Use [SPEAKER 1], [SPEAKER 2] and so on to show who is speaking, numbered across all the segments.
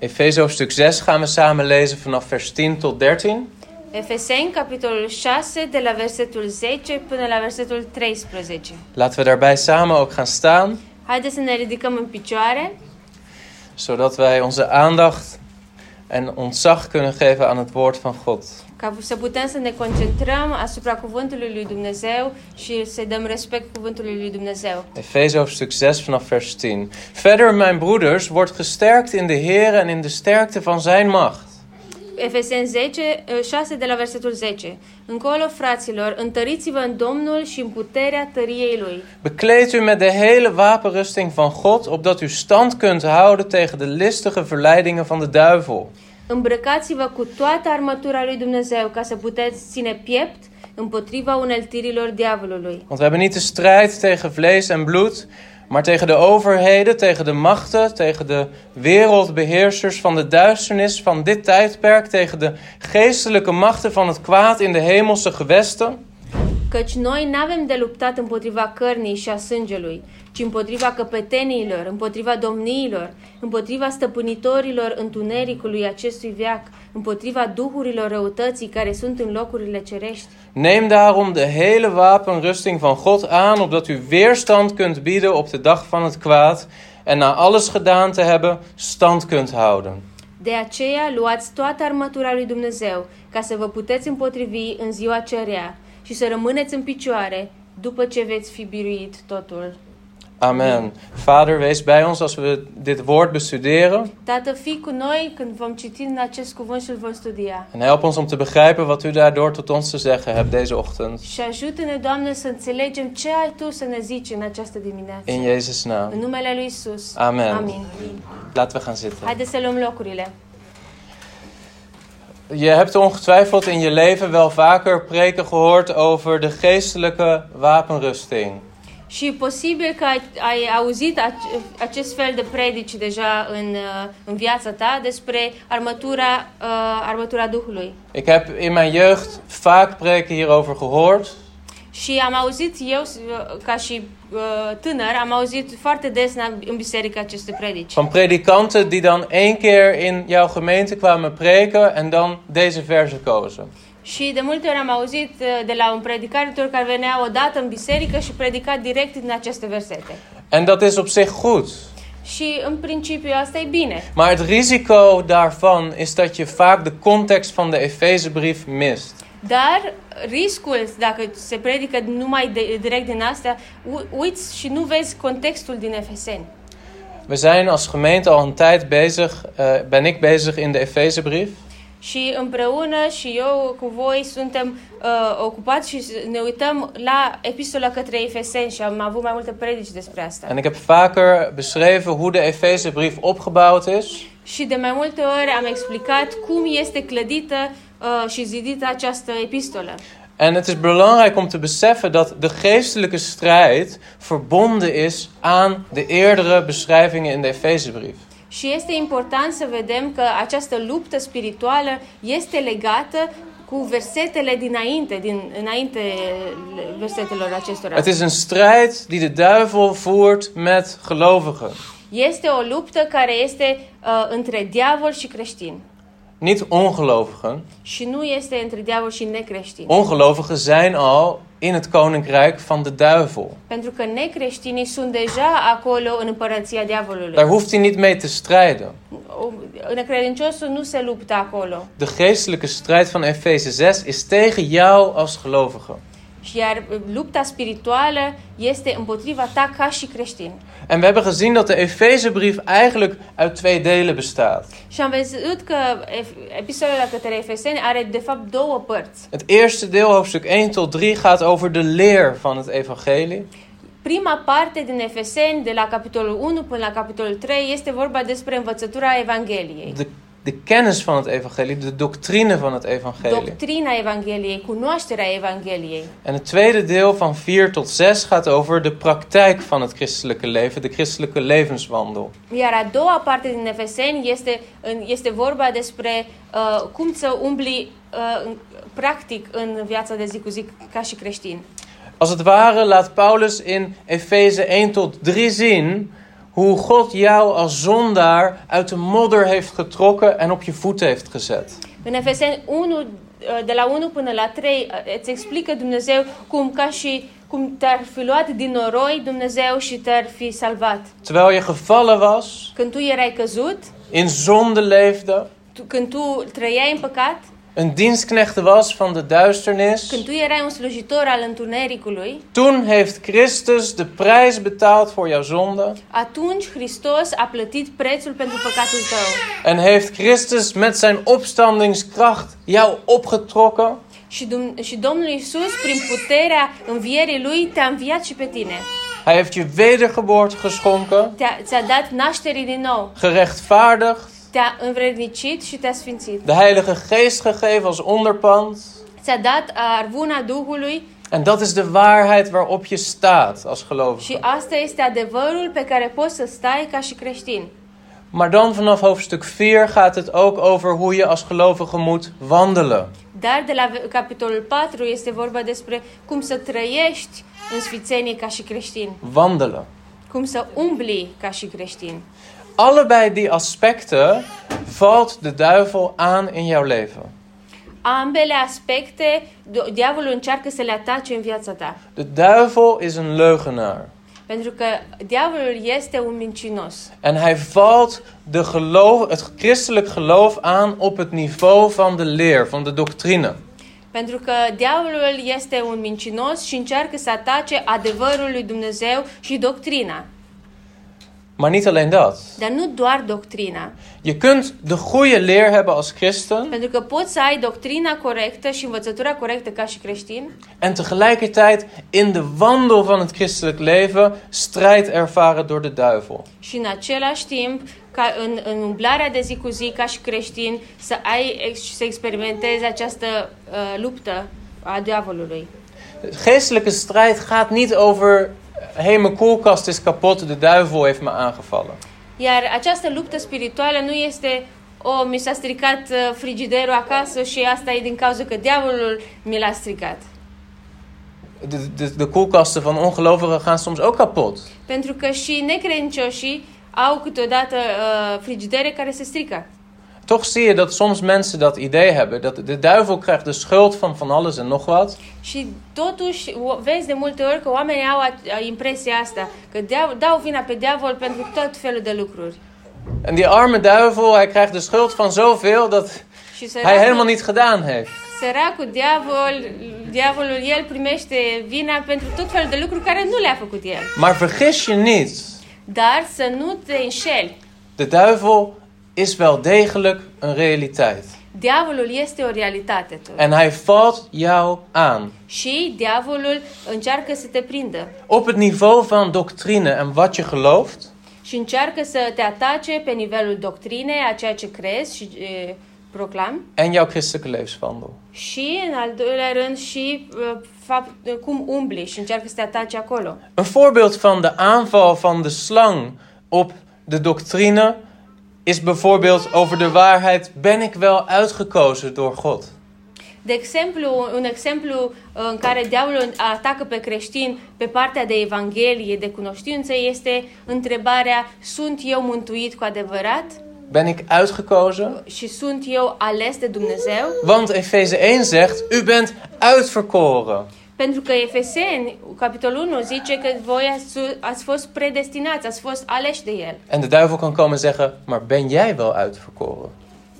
[SPEAKER 1] Efeze hoofdstuk 6 gaan we samen lezen vanaf vers 10 tot 13.
[SPEAKER 2] Efeseni, capitolul 6, de la versetul 10 până la versetul 13.
[SPEAKER 1] Laten we daarbij samen ook gaan staan,
[SPEAKER 2] Haideți să ne ridicăm în picioare,
[SPEAKER 1] zodat wij onze aandacht en ontzag kunnen geven aan het woord van God.
[SPEAKER 2] ca să putem să ne concentrăm asupra cuvântului lui Dumnezeu și să dăm respect cuvântului lui Dumnezeu.
[SPEAKER 1] Efeze hoofdstuk 6 vanaf vers 10. Verder, mijn broeders, wordt gesterkt in de Heer en in de sterkte van zijn macht.
[SPEAKER 2] Efeseni 10, eh, 6 de la versetul 10. Încolo, fraților, întăriți-vă în Domnul și în puterea tăriei Lui.
[SPEAKER 1] Bekleed u met de hele wapenrusting van God, opdat u stand kunt houden tegen de listige verleidingen van de duivel.
[SPEAKER 2] Îmbrăcați-vă cu toată armătura lui Dumnezeu ca să puteți ține piept împotriva uneltirilor diavolului.
[SPEAKER 1] Want we hebben niet de strijd tegen vlees en bloed, maar tegen de overheden, tegen de machten, tegen de wereldbeheersers van de duisternis van dit tijdperk, tegen de geestelijke machten van het kwaad in de hemelse gewesten.
[SPEAKER 2] Căci noi n-avem de luptat împotriva cărnii și a sângelui, ci împotriva căpeteniilor, împotriva domniilor, împotriva stăpânitorilor întunericului acestui veac, împotriva duhurilor răutății care sunt în locurile cerești.
[SPEAKER 1] Neem daarom de hele wapenrusting van God aan, opdat u weerstand kunt bieden op de dag van het kwaad en na alles gedaan te hebben, stand kunt houden.
[SPEAKER 2] De aceea luați toată armătura lui Dumnezeu, ca să vă puteți împotrivi în ziua cerea și să rămâneți în picioare după ce veți fi biruit totul.
[SPEAKER 1] Amen. Vader, wees bij ons als we dit woord bestuderen.
[SPEAKER 2] Tată, fii cu noi când vom citi în acest cuvânt și îl vom studia.
[SPEAKER 1] En help ons om te begrijpen wat u daardoor tot ons te zeggen hebt deze ochtend.
[SPEAKER 2] Și ajută-ne, Doamne, să înțelegem ce ai Tu să ne zici în această dimineață.
[SPEAKER 1] In Jezus' naam.
[SPEAKER 2] În numele Lui Isus.
[SPEAKER 1] Amen.
[SPEAKER 2] Amin.
[SPEAKER 1] Laten we gaan zitten.
[SPEAKER 2] Haideți să luăm locurile.
[SPEAKER 1] Je hebt ongetwijfeld in je leven wel vaker preken gehoord over de geestelijke wapenrusting.
[SPEAKER 2] Și e posibil că ai, ai auzit ac- acest fel de predici deja în, uh, în viața ta despre armătura, uh, armătura Duhului.
[SPEAKER 1] Ik heb in mijn jeugd vaak preken hierover gehoord.
[SPEAKER 2] Și am auzit eu, s- uh, ca și uh, tânăr, am auzit foarte des în, în biserică aceste predici.
[SPEAKER 1] Van predikanten die dan één keer in jouw gemeente kwamen preken en dan deze verzen kozen.
[SPEAKER 2] Și de multe ori am auzit uh, de la un predicator care venea odată în biserică și predica direct din aceste versete.
[SPEAKER 1] En dat is op zich goed.
[SPEAKER 2] Și în principiu asta e bine.
[SPEAKER 1] Maar het risico daarvan is dat je vaak de context van de Efezebrief mist.
[SPEAKER 2] Dar riscul, dacă se predică numai de, direct din astea, u- uiți și nu vezi contextul din Efeseni.
[SPEAKER 1] We zijn als gemeente al een tijd bezig, eh, ben ik bezig in de Efezebrief.
[SPEAKER 2] Și împreună și eu cu voi suntem uh, ocupați și ne uităm la epistola către Efeseni și am avut mai multe predici despre asta.
[SPEAKER 1] En ik heb vaker beschreven hoe de Efezebrief opgebouwd is.
[SPEAKER 2] Și de mai multe ori am explicat cum este clădită uh, și zidită această epistolă.
[SPEAKER 1] En het is belangrijk om te beseffen dat de geestelijke strijd verbonden is aan de eerdere beschrijvingen in de Efezebrief.
[SPEAKER 2] Și este important să vedem că această luptă spirituală este legată cu versetele dinainte, din, înainte versetelor acestora.
[SPEAKER 1] Het is een strijd die de duivel voert met gelovigen.
[SPEAKER 2] Este o luptă care este uh, între diavol și creștin.
[SPEAKER 1] Niet ongelovigen.
[SPEAKER 2] Și nu este între diavol și necreștin.
[SPEAKER 1] Ongelovigen zijn al in het koninkrijk van de duivel.
[SPEAKER 2] Pentru că necreștinii sunt deja acolo în împărăția diavolului.
[SPEAKER 1] Daar hoeft hij niet mee te strijden.
[SPEAKER 2] O- Necredinciosul nu se luptă acolo.
[SPEAKER 1] De geestelijke strijd van Efeze 6 is tegen jou als gelovige.
[SPEAKER 2] Și Iar uh, lupta spirituală este împotriva ta ca și creștin.
[SPEAKER 1] En we hebben gezien dat de Efezebrief eigenlijk uit twee delen bestaat.
[SPEAKER 2] Și am văzut că ef- epistola la către Efeseni are de fapt două părți.
[SPEAKER 1] Het eerste deel, hoofdstuk 1 tot 3, gaat over de leer van het evangelie.
[SPEAKER 2] Prima parte din Efeseni, de la capitolul 1 până la capitolul 3, este vorba despre învățătura Evangheliei.
[SPEAKER 1] De, de kennis van het evangelie, de doctrine van het evangelie.
[SPEAKER 2] Doctrina Evangheliei, cunoașterea Evangheliei.
[SPEAKER 1] En het tweede deel van 4 tot 6 gaat over de praktijk van het christelijke leven, de christelijke levenswandel.
[SPEAKER 2] Iar a doua parte din Efeseni este, în- este vorba despre uh, cum să umbli uh, în- practic în viața de zi cu zi ca și creștin.
[SPEAKER 1] Als het ware laat Paulus in Efeze 1 tot 3 zien hoe God jou als zondaar uit de modder heeft getrokken en op je voet heeft gezet.
[SPEAKER 2] În Efeseni 1, de la 1 până la 3, îți explică Dumnezeu cum ca și cum te-ar fi luat din noroi Dumnezeu și te-ar fi salvat.
[SPEAKER 1] Terwijl je gevallen was,
[SPEAKER 2] Când tu erai căzut,
[SPEAKER 1] in zonde leefde,
[SPEAKER 2] tu, când tu trăiai în păcat,
[SPEAKER 1] een dienstknecht was van de
[SPEAKER 2] când
[SPEAKER 1] duisternis,
[SPEAKER 2] tu erai un slujitor al întunericului,
[SPEAKER 1] toen heeft Christus de prijs betaald voor jouw zonde.
[SPEAKER 2] atunci Hristos a plătit prețul pentru păcatul tău.
[SPEAKER 1] En heeft Christus met zijn opstandingskracht jou opgetrokken.
[SPEAKER 2] Și, Dum- și Domnul Isus, prin puterea învierii Lui, te-a înviat și pe tine.
[SPEAKER 1] Hij heeft je wedergeboorte geschonken,
[SPEAKER 2] Te-a, ți-a dat naștere din nou.
[SPEAKER 1] gerechtvaardigd,
[SPEAKER 2] Te-a învrednicit și te-a sfințit.
[SPEAKER 1] de Heilige Geest gegeven als onderpand.
[SPEAKER 2] Ți-a dat arvuna Duhului
[SPEAKER 1] En dat is de waarheid waarop je staat als
[SPEAKER 2] și
[SPEAKER 1] gelovige.
[SPEAKER 2] asta este adevărul pe care poți să stai ca și creștin.
[SPEAKER 1] Maar dan vanaf hoofdstuk 4 gaat het ook over hoe je als gelovige moet wandelen.
[SPEAKER 2] Dar de la ve- capitolul 4 este vorba despre cum să trăiești în sfințenie ca și creștin,
[SPEAKER 1] Wandelen.
[SPEAKER 2] cum să umbli ca și creștin.
[SPEAKER 1] Allebei die aspecten valt de duivel aan in jouw leven.
[SPEAKER 2] Ambele aspecte, do- diavolul încearcă să le atace în viața ta.
[SPEAKER 1] De duivel is een leugenaar.
[SPEAKER 2] Pentru că diavolul este un mincinos.
[SPEAKER 1] En hij valt de geloof, het christelijk geloof aan op het niveau van de leer, van de doctrine.
[SPEAKER 2] Pentru că diavolul este un mincinos și încearcă să atace adevărul lui Dumnezeu și doctrina.
[SPEAKER 1] Maar niet alleen dat.
[SPEAKER 2] Dar nu doar doctrina.
[SPEAKER 1] Je kunt de goede leer hebben als christen
[SPEAKER 2] Pentru că poți să ai doctrina corectă și învățătura corectă ca și creștin,
[SPEAKER 1] en tegelijkertijd in de wandel van het christelijk leven strijd ervaren door de duivel.
[SPEAKER 2] Și în același timp, ca în, în umblarea de zi cu zi, ca și creștin, să ai ex- și să experimentezi această uh, luptă a diavolului.
[SPEAKER 1] De geestelijke strijd gaat niet over, hé hey, mijn koelkast is kapot, de duivel heeft me aangevallen.
[SPEAKER 2] Iar această luptă spirituală nu este o, mi s-a stricat uh, frigiderul acasă și asta e din cauza că diavolul mi l-a stricat.
[SPEAKER 1] De, de, de koelkasten van ongelovigen gaan soms ook kapot.
[SPEAKER 2] Pentru că și necredincioșii au câteodată uh, frigidere care se strică.
[SPEAKER 1] Toch zie je dat soms mensen dat idee hebben. Dat de duivel krijgt de schuld van van alles en nog wat.
[SPEAKER 2] Și totuși o- vezi de multe ori că oamenii au a- a- impresia asta, că dea- dau vina pe diavol pentru tot felul de lucruri.
[SPEAKER 1] En die arme duivel, hij krijgt de schuld van zoveel dat
[SPEAKER 2] Și
[SPEAKER 1] hij helemaal
[SPEAKER 2] săracul,
[SPEAKER 1] niet gedaan heeft.
[SPEAKER 2] săracul diavol, diavolul, el primește vina pentru tot felul de lucruri care nu le-a făcut el.
[SPEAKER 1] Maar vergis je niet.
[SPEAKER 2] Dar să nu te înșeli.
[SPEAKER 1] De duivel is wel degelijk een realiteit.
[SPEAKER 2] Diavolul este o realitate tu.
[SPEAKER 1] En hij valt jou aan.
[SPEAKER 2] Și diavolul încearcă să te prindă.
[SPEAKER 1] Op het niveau van doctrine en wat je gelooft.
[SPEAKER 2] Și încearcă să te atace pe nivelul doctrinei, a ceea ce crezi și e, proclami.
[SPEAKER 1] En jouw christelijke levenswandel.
[SPEAKER 2] Și, în al doilea rând, și uh, fapt, cum umbli și încearcă să te ataci acolo.
[SPEAKER 1] Een voorbeeld van de aanval van de slang op de doctrine is bijvoorbeeld over de waarheid: ben ik wel uitgekozen door God?
[SPEAKER 2] De exemplu, un exemplu uh, în care diavolul atacă pe creștini pe partea de Evanghelie, de cunoștință, este întrebarea Sunt eu mântuit cu adevărat?
[SPEAKER 1] Ben ik uitgekozen?
[SPEAKER 2] Și sunt eu ales de Dumnezeu?
[SPEAKER 1] Want Efeze 1 zegt: U bent uitverkoren.
[SPEAKER 2] Pentru că Efeseni, capitolul 1, zice că voi ați, ați fost predestinați, ați fost aleși de El.
[SPEAKER 1] En de duivel kan komen zeggen: Maar ben jij wel uitverkoren?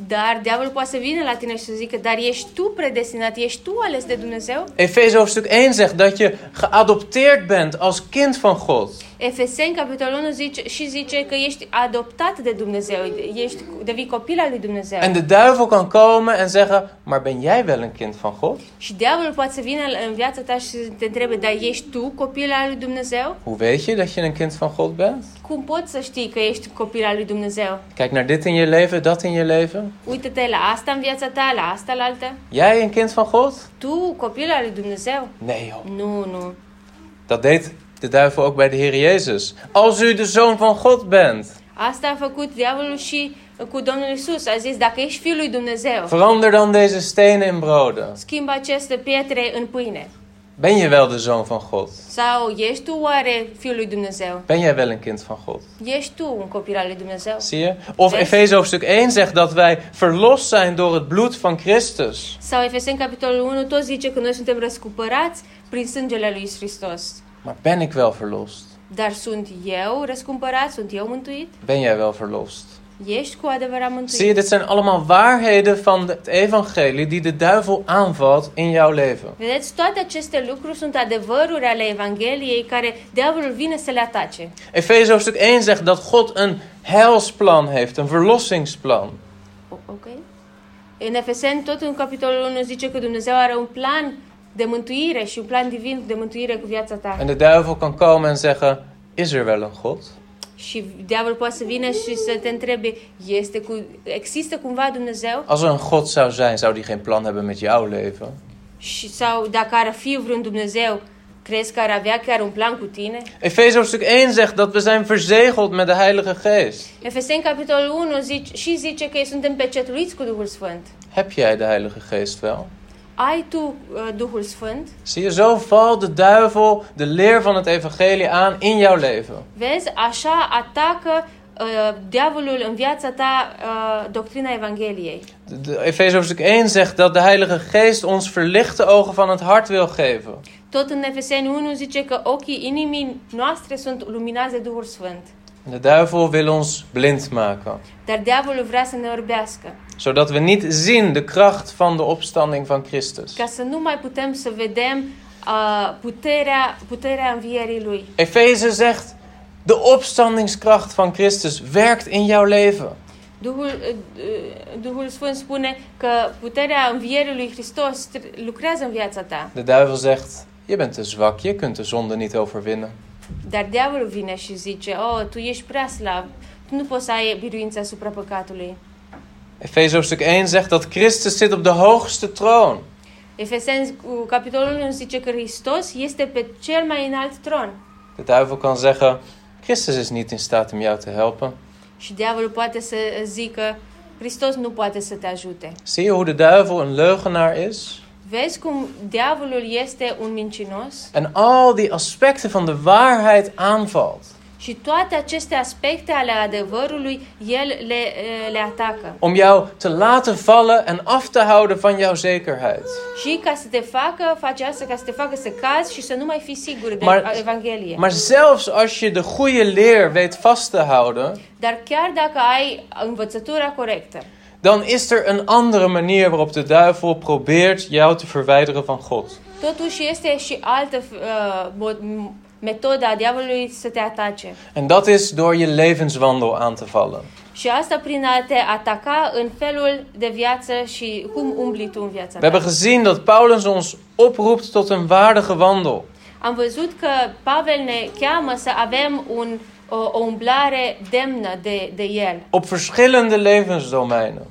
[SPEAKER 2] Dar diavolul poate să vină la tine și să zică, dar ești tu predestinat, ești tu ales de Dumnezeu?
[SPEAKER 1] Efeze hoofdstuk 1 zegt dat je geadopteerd bent als kind van God.
[SPEAKER 2] Efeseni, capitolul 1, zice, și zice că ești adoptat de Dumnezeu, ești, devii copil al lui Dumnezeu.
[SPEAKER 1] En de duivel kan komen en zeggen: Maar ben jij wel een kind van God?
[SPEAKER 2] și diavolul poate să vină în viața ta și să te întrebe, dar ești tu copil al lui Dumnezeu?
[SPEAKER 1] Hoe weet je dat je een kind van God bent?
[SPEAKER 2] Cum poți să știi că ești copil al lui Dumnezeu?
[SPEAKER 1] Kijk naar dit in je leven, dat in je leven.
[SPEAKER 2] Uită-te la asta în viața ta, la asta, la altă.
[SPEAKER 1] Jij een kind van God?
[SPEAKER 2] Tu, copil al lui Dumnezeu?
[SPEAKER 1] Nee joh.
[SPEAKER 2] Nu, nu.
[SPEAKER 1] Dat deed de duivel ook bij de Heer Jezus. Als u de zoon van God bent,
[SPEAKER 2] Asta a făcut diavolul și cu Domnul Isus. A zis, dacă ești fiul lui Dumnezeu,
[SPEAKER 1] verander dan deze stenen in broden.
[SPEAKER 2] schimbă aceste pietre în pâine.
[SPEAKER 1] Ben je wel de zoon van God?
[SPEAKER 2] Sau ești tu oare Fiul lui Dumnezeu?
[SPEAKER 1] Ben jij wel een kind van God?
[SPEAKER 2] Ești tu un copil al lui Dumnezeu?
[SPEAKER 1] Zie je? Of
[SPEAKER 2] Yes.
[SPEAKER 1] Efeze hoofdstuk 1 zegt dat wij verlost zijn door het bloed van Christus.
[SPEAKER 2] Sau Efeseni capitolul 1 tot zice că noi suntem răscumpărați prin sângele lui Iisus Hristos.
[SPEAKER 1] Maar ben ik wel verlost?
[SPEAKER 2] Dar sunt eu răscumpărat? Sunt eu mântuit?
[SPEAKER 1] Ben jij wel verlost?
[SPEAKER 2] Ești cu adevărat mântuit?
[SPEAKER 1] Zie je, dit zijn allemaal waarheden van het evangelie die de duivel aanvalt in jouw leven.
[SPEAKER 2] Vedeți, toate aceste lucruri sunt adevăruri ale Evangheliei care diavolul vine să le atace.
[SPEAKER 1] Efeze hoofdstuk 1 zegt dat God een heilsplan heeft, een verlossingsplan.
[SPEAKER 2] O- ok? În Efeseni, tot în capitolul 1 zice că Dumnezeu are un plan de mântuire și un plan divin de mântuire cu viața ta.
[SPEAKER 1] En de duivel kan komen en zeggen: Is er wel een God?
[SPEAKER 2] Și diavolul poate să vină și să te întrebe, este cu, există cumva Dumnezeu?
[SPEAKER 1] Als er een God zou zijn, zou die geen plan hebben met jouw leven.
[SPEAKER 2] Și, sau dacă ar fi vreun Dumnezeu, crezi că ar avea chiar un plan cu tine?
[SPEAKER 1] Efeze hoofdstuk 1 zegt dat we zijn verzegeld met de Heilige Geest.
[SPEAKER 2] Efeseni, capitolul 1, zice, și zice că ei suntem pecetluiți cu Duhul Sfânt.
[SPEAKER 1] Heb jij de Heilige Geest wel?
[SPEAKER 2] Ai tu uh, Duhul Sfânt?
[SPEAKER 1] Zie je, zo valt de duivel de leer van het evangelie aan in jouw leven.
[SPEAKER 2] Vezi, așa atacă uh, diavolul în viața ta uh, doctrina Evangheliei.
[SPEAKER 1] De- de- Efeze hoofdstuk 1 zegt dat de Heilige Geest ons verlichte ogen van het hart wil geven.
[SPEAKER 2] Tot în Efeseni 1 zice că ochii inimii noastre sunt luminați de Duhul Sfânt.
[SPEAKER 1] En De duivel wil ons blind maken,
[SPEAKER 2] Dar diavolul vrea să ne orbească,
[SPEAKER 1] zodat we niet zien de kracht van de opstanding van Christus.
[SPEAKER 2] ca să nu mai putem să vedem uh, puterea, puterea învierii lui.
[SPEAKER 1] Efeze zegt: de opstandingskracht van Christus werkt in jouw leven.
[SPEAKER 2] Duhul, uh, uh, Duhul Sfânt spune că puterea învierii lui Hristos tr- lucrează în viața ta.
[SPEAKER 1] De duivel zegt: je bent te zwak, je kunt de zonde niet overwinnen.
[SPEAKER 2] Dar diavolul vine și zice, oh, tu ești prea slab, tu nu poți să ai biruința asupra păcatului.
[SPEAKER 1] Efeze hoofdstuk 1 zegt dat Christus zit op de hoogste troon.
[SPEAKER 2] Efeseni, cu capitolul 1 zice că Hristos este pe cel mai înalt tron.
[SPEAKER 1] De duivel kan zeggen: Christus is niet in staat om jou te helpen.
[SPEAKER 2] Și diavolul poate să zică, Hristos nu poate să te ajute.
[SPEAKER 1] Zie je hoe de duivel een leugenaar is?
[SPEAKER 2] Vezi cum diavolul este un mincinos?
[SPEAKER 1] En al die aspecten van de waarheid aanvalt.
[SPEAKER 2] Și toate aceste aspecte ale adevărului, el le, eh, le atacă.
[SPEAKER 1] Om jou te laten vallen en af te houden van jouw zekerheid.
[SPEAKER 2] Și ca să te facă, face asta ca să te facă să cazi și să nu mai fii sigur de
[SPEAKER 1] Mar-
[SPEAKER 2] Evanghelie.
[SPEAKER 1] Maar zelfs als je de goede leer weet vast te houden,
[SPEAKER 2] Dar chiar dacă ai învățătura corectă,
[SPEAKER 1] dan is er een andere manier waarop de duivel probeert jou te verwijderen van God.
[SPEAKER 2] totuși este și altă uh, mod- m- metodă a diavolului să te atace.
[SPEAKER 1] En dat is door je levenswandel aan te vallen.
[SPEAKER 2] Și asta prin a te ataca în felul de viață și cum umbli tu în viața
[SPEAKER 1] We hebben
[SPEAKER 2] ta.
[SPEAKER 1] gezien dat Paulus ons oproept tot een waardige wandel.
[SPEAKER 2] Am văzut că Pavel ne cheamă să avem un, o, o umblare demnă de, de el
[SPEAKER 1] Op verschillende levensdomeinen.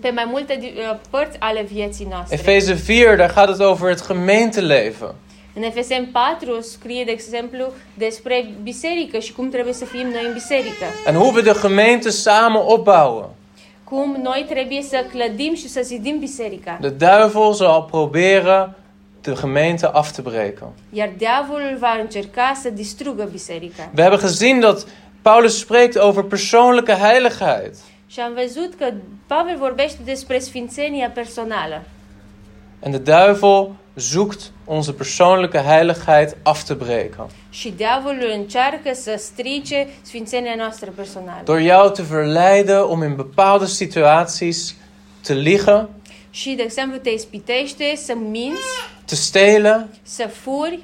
[SPEAKER 2] pe mai multe di- uh, părți ale vieții noastre.
[SPEAKER 1] Efeze 4, daar gaat het over het gemeenteleven.
[SPEAKER 2] În Efeseni 4 scrie, de exemplu, despre biserică și cum trebuie să fim noi în biserică.
[SPEAKER 1] En hoe we de gemeente samen opbouwen.
[SPEAKER 2] Cum noi trebuie să clădim și să zidim biserica.
[SPEAKER 1] De duivel zal proberen de gemeente af te breken.
[SPEAKER 2] Iar diavolul va încerca să distrugă biserica.
[SPEAKER 1] We hebben gezien dat Paulus spreekt over persoonlijke heiligheid.
[SPEAKER 2] Și am văzut că Pavel vorbește despre sfințenia personală.
[SPEAKER 1] En de duivel zoekt onze persoonlijke heiligheid af te breken.
[SPEAKER 2] Și diavolul încearcă să strice sfințenia noastră personală.
[SPEAKER 1] Door jou te verleiden om in bepaalde situaties te liegen,
[SPEAKER 2] Și, de exemplu, te ispitește să minți,
[SPEAKER 1] te stelen,
[SPEAKER 2] să furi,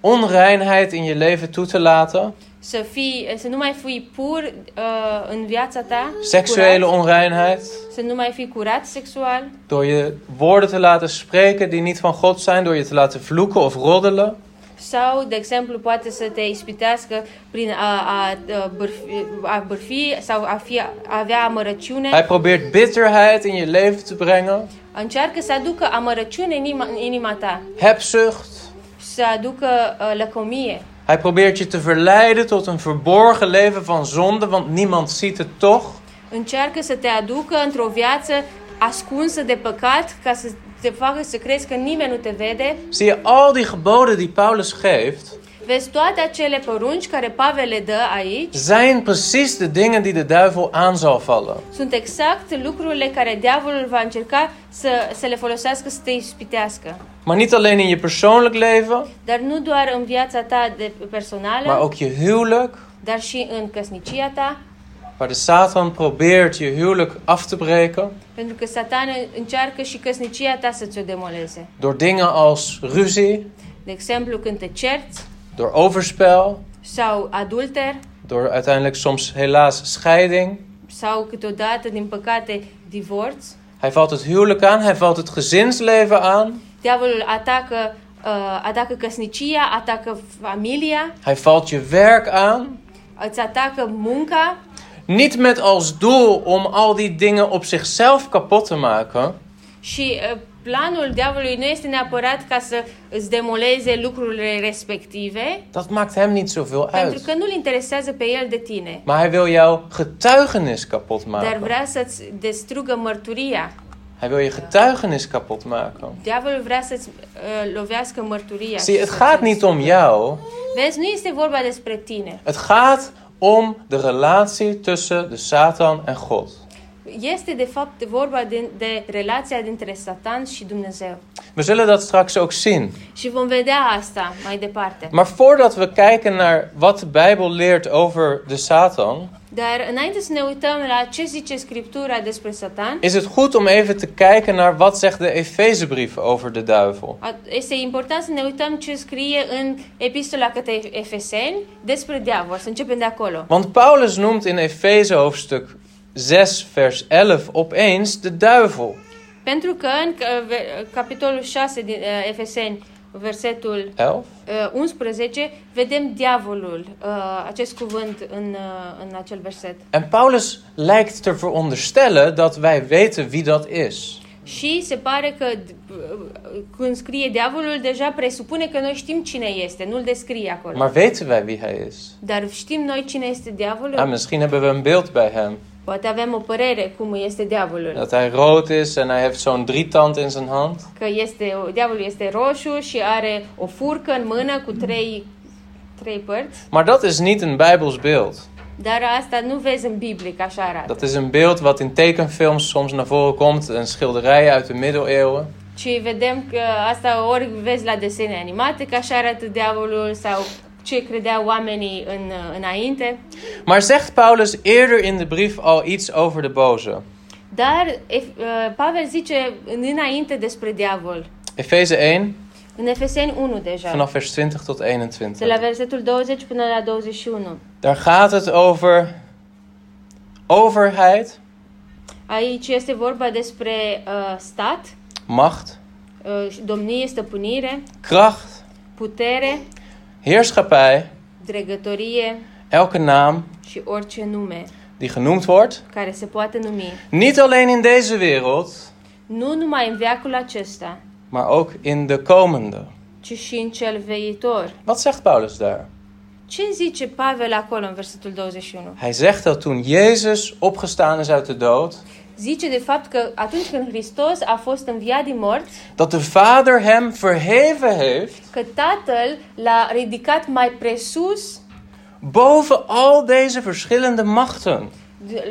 [SPEAKER 1] onreinheid in je leven toe te laten,
[SPEAKER 2] să, fii, să nu mai fii pur uh, în viața ta,
[SPEAKER 1] seksuele
[SPEAKER 2] curat,
[SPEAKER 1] onreinheid.
[SPEAKER 2] să nu mai fii curat sexual,
[SPEAKER 1] Door je woorden te laten spreken die niet van God zijn, door je te laten vloeken of roddelen.
[SPEAKER 2] sau, de exemplu, poate să te ispitească prin a, a, a, bârfi, a bârfi sau a, fi, a avea amărăciune.
[SPEAKER 1] Hij probeert bitterheid in je leven te brengen,
[SPEAKER 2] Încearcă să aducă amărăciune în inima, în inima ta,
[SPEAKER 1] hebzucht.
[SPEAKER 2] să aducă uh, lăcomie.
[SPEAKER 1] Hij probeert je te verleiden tot een verborgen leven van zonde, want niemand ziet het toch.
[SPEAKER 2] Încearcă să te aducă într-o viață ascunsă de păcat ca să te facă să crezi că nimeni nu te vede,
[SPEAKER 1] Zie je, al die geboden die Paulus geeft,
[SPEAKER 2] vezi toate acele porunci care Pavel le dă aici,
[SPEAKER 1] zijn precies de dingen die de duivel aan zal vallen.
[SPEAKER 2] sunt exact lucrurile care diavolul va încerca să, să le folosească să te ispitească.
[SPEAKER 1] Maar niet alleen in je persoonlijk leven,
[SPEAKER 2] Dar nu doar în viața ta de personală,
[SPEAKER 1] maar ook je huwelijk.
[SPEAKER 2] dar și în căsnicia ta,
[SPEAKER 1] Waar de Satan probeert je huwelijk af te breken.
[SPEAKER 2] pentru că satan încearcă și căsnicia ta să ți-o demoleze.
[SPEAKER 1] Door dingen als ruzie,
[SPEAKER 2] De exemplu, când te cerți
[SPEAKER 1] door overspel,
[SPEAKER 2] sau adulter
[SPEAKER 1] door uiteindelijk soms helaas scheiding.
[SPEAKER 2] sau câteodată, din păcate, divorț,
[SPEAKER 1] Hij valt het huwelijk aan, hij valt het gezinsleven aan.
[SPEAKER 2] diavolul atacă, uh, atacă căsnicia, atacă familia,
[SPEAKER 1] Hij valt je werk aan.
[SPEAKER 2] îți atacă munca,
[SPEAKER 1] Niet met als doel om al die dingen op zichzelf kapot te maken,
[SPEAKER 2] Și uh, planul diavolului nu este neapărat ca să îți demoleze lucrurile respective,
[SPEAKER 1] dat maakt hem niet zoveel
[SPEAKER 2] pentru
[SPEAKER 1] uit.
[SPEAKER 2] că nu-l interesează pe el de tine,
[SPEAKER 1] Maar hij wil jouw getuigenis kapot
[SPEAKER 2] dar
[SPEAKER 1] maken.
[SPEAKER 2] vrea să-ți destrugă mărturia.
[SPEAKER 1] Hij wil je getuigenis kapot maken.
[SPEAKER 2] Diavolul vrea să-ți uh, lovească mărturia.
[SPEAKER 1] Zie,
[SPEAKER 2] și
[SPEAKER 1] het
[SPEAKER 2] să-ți
[SPEAKER 1] gaat niet om jou.
[SPEAKER 2] Vezi, nu este vorba despre tine.
[SPEAKER 1] Het gaat om de relatie tussen de Satan en God.
[SPEAKER 2] Este, de fapt, vorba de, de relația dintre Satan și Dumnezeu.
[SPEAKER 1] We zullen dat straks ook zien.
[SPEAKER 2] Și vom vedea asta mai departe.
[SPEAKER 1] Maar voordat we kijken naar wat de Bijbel leert over de Satan,
[SPEAKER 2] Dar înainte să ne uităm la ce zice Scriptura despre Satan,
[SPEAKER 1] is het goed om even te kijken naar wat zegt de Efezebrief over de duivel.
[SPEAKER 2] A- Este important să ne uităm ce scrie în epistola către Efeseni despre diavol. Să începem de acolo.
[SPEAKER 1] Want Paulus noemt in Efeze hoofdstuk 6 vers 11 opeens de duivel.
[SPEAKER 2] Pentru că în uh, ve- capitolul 6 din uh, Efeseni, versetul
[SPEAKER 1] 11?
[SPEAKER 2] uh, 11, vedem diavolul, uh, acest cuvânt în, uh, în acel verset.
[SPEAKER 1] En Paulus lijkt te veronderstellen dat wij weten wie dat is.
[SPEAKER 2] Și se pare că d- uh, când scrie diavolul, deja presupune că noi știm cine este, nu-l descrie acolo.
[SPEAKER 1] Maar weten wij wie hij is?
[SPEAKER 2] Dar știm noi cine este diavolul?
[SPEAKER 1] Ah, misschien hebben we een beeld bij hem.
[SPEAKER 2] Poate avem o părere cum este diavolul.
[SPEAKER 1] Dat hij rood is en hij heeft zo'n drietand in zijn hand.
[SPEAKER 2] că este, diavolul este roșu și are o furcă în mână cu trei, trei părți,
[SPEAKER 1] Maar dat is niet een Bijbels beeld.
[SPEAKER 2] dar asta nu vezi în Biblie că așa arată,
[SPEAKER 1] Dat is een beeld wat in tekenfilms soms naar voren komt. Een schilderij uit de middeleeuwen.
[SPEAKER 2] ci vedem că asta ori vezi la desene animate că așa arată diavolul sau ce credeau oamenii în, înainte.
[SPEAKER 1] Maar zegt Paulus eerder in de brief al iets over de boze?
[SPEAKER 2] Dar Ef- uh, Pavel zice în- înainte despre diavol,
[SPEAKER 1] Efeze 1,
[SPEAKER 2] în Efeseni 1 deja,
[SPEAKER 1] vanaf vers 20 tot
[SPEAKER 2] de la
[SPEAKER 1] 21.
[SPEAKER 2] versetul 20 până la 21.
[SPEAKER 1] Daar gaat het over overheid,
[SPEAKER 2] Aici este vorba despre uh, stat,
[SPEAKER 1] macht,
[SPEAKER 2] uh, și domnie, stăpânire,
[SPEAKER 1] kracht,
[SPEAKER 2] putere,
[SPEAKER 1] heerschappij,
[SPEAKER 2] dregătorie
[SPEAKER 1] elke naam
[SPEAKER 2] și orice nume
[SPEAKER 1] die genoemd wordt.
[SPEAKER 2] care se poate numi,
[SPEAKER 1] Niet alleen in deze wereld,
[SPEAKER 2] nu numai în veacul acesta,
[SPEAKER 1] maar ook in de komende.
[SPEAKER 2] ci și în cel veitor.
[SPEAKER 1] Wat zegt Paulus daar?
[SPEAKER 2] Ce zice Pavel acolo în versetul 21?
[SPEAKER 1] Hij zegt dat toen Jezus opgestaan is uit de dood,
[SPEAKER 2] Zice de fapt că atunci când Hristos a fost înviat din morți,
[SPEAKER 1] dat de Vader hem verheven heeft
[SPEAKER 2] că Tatăl l-a ridicat mai presus,
[SPEAKER 1] boven al deze verschillende machten.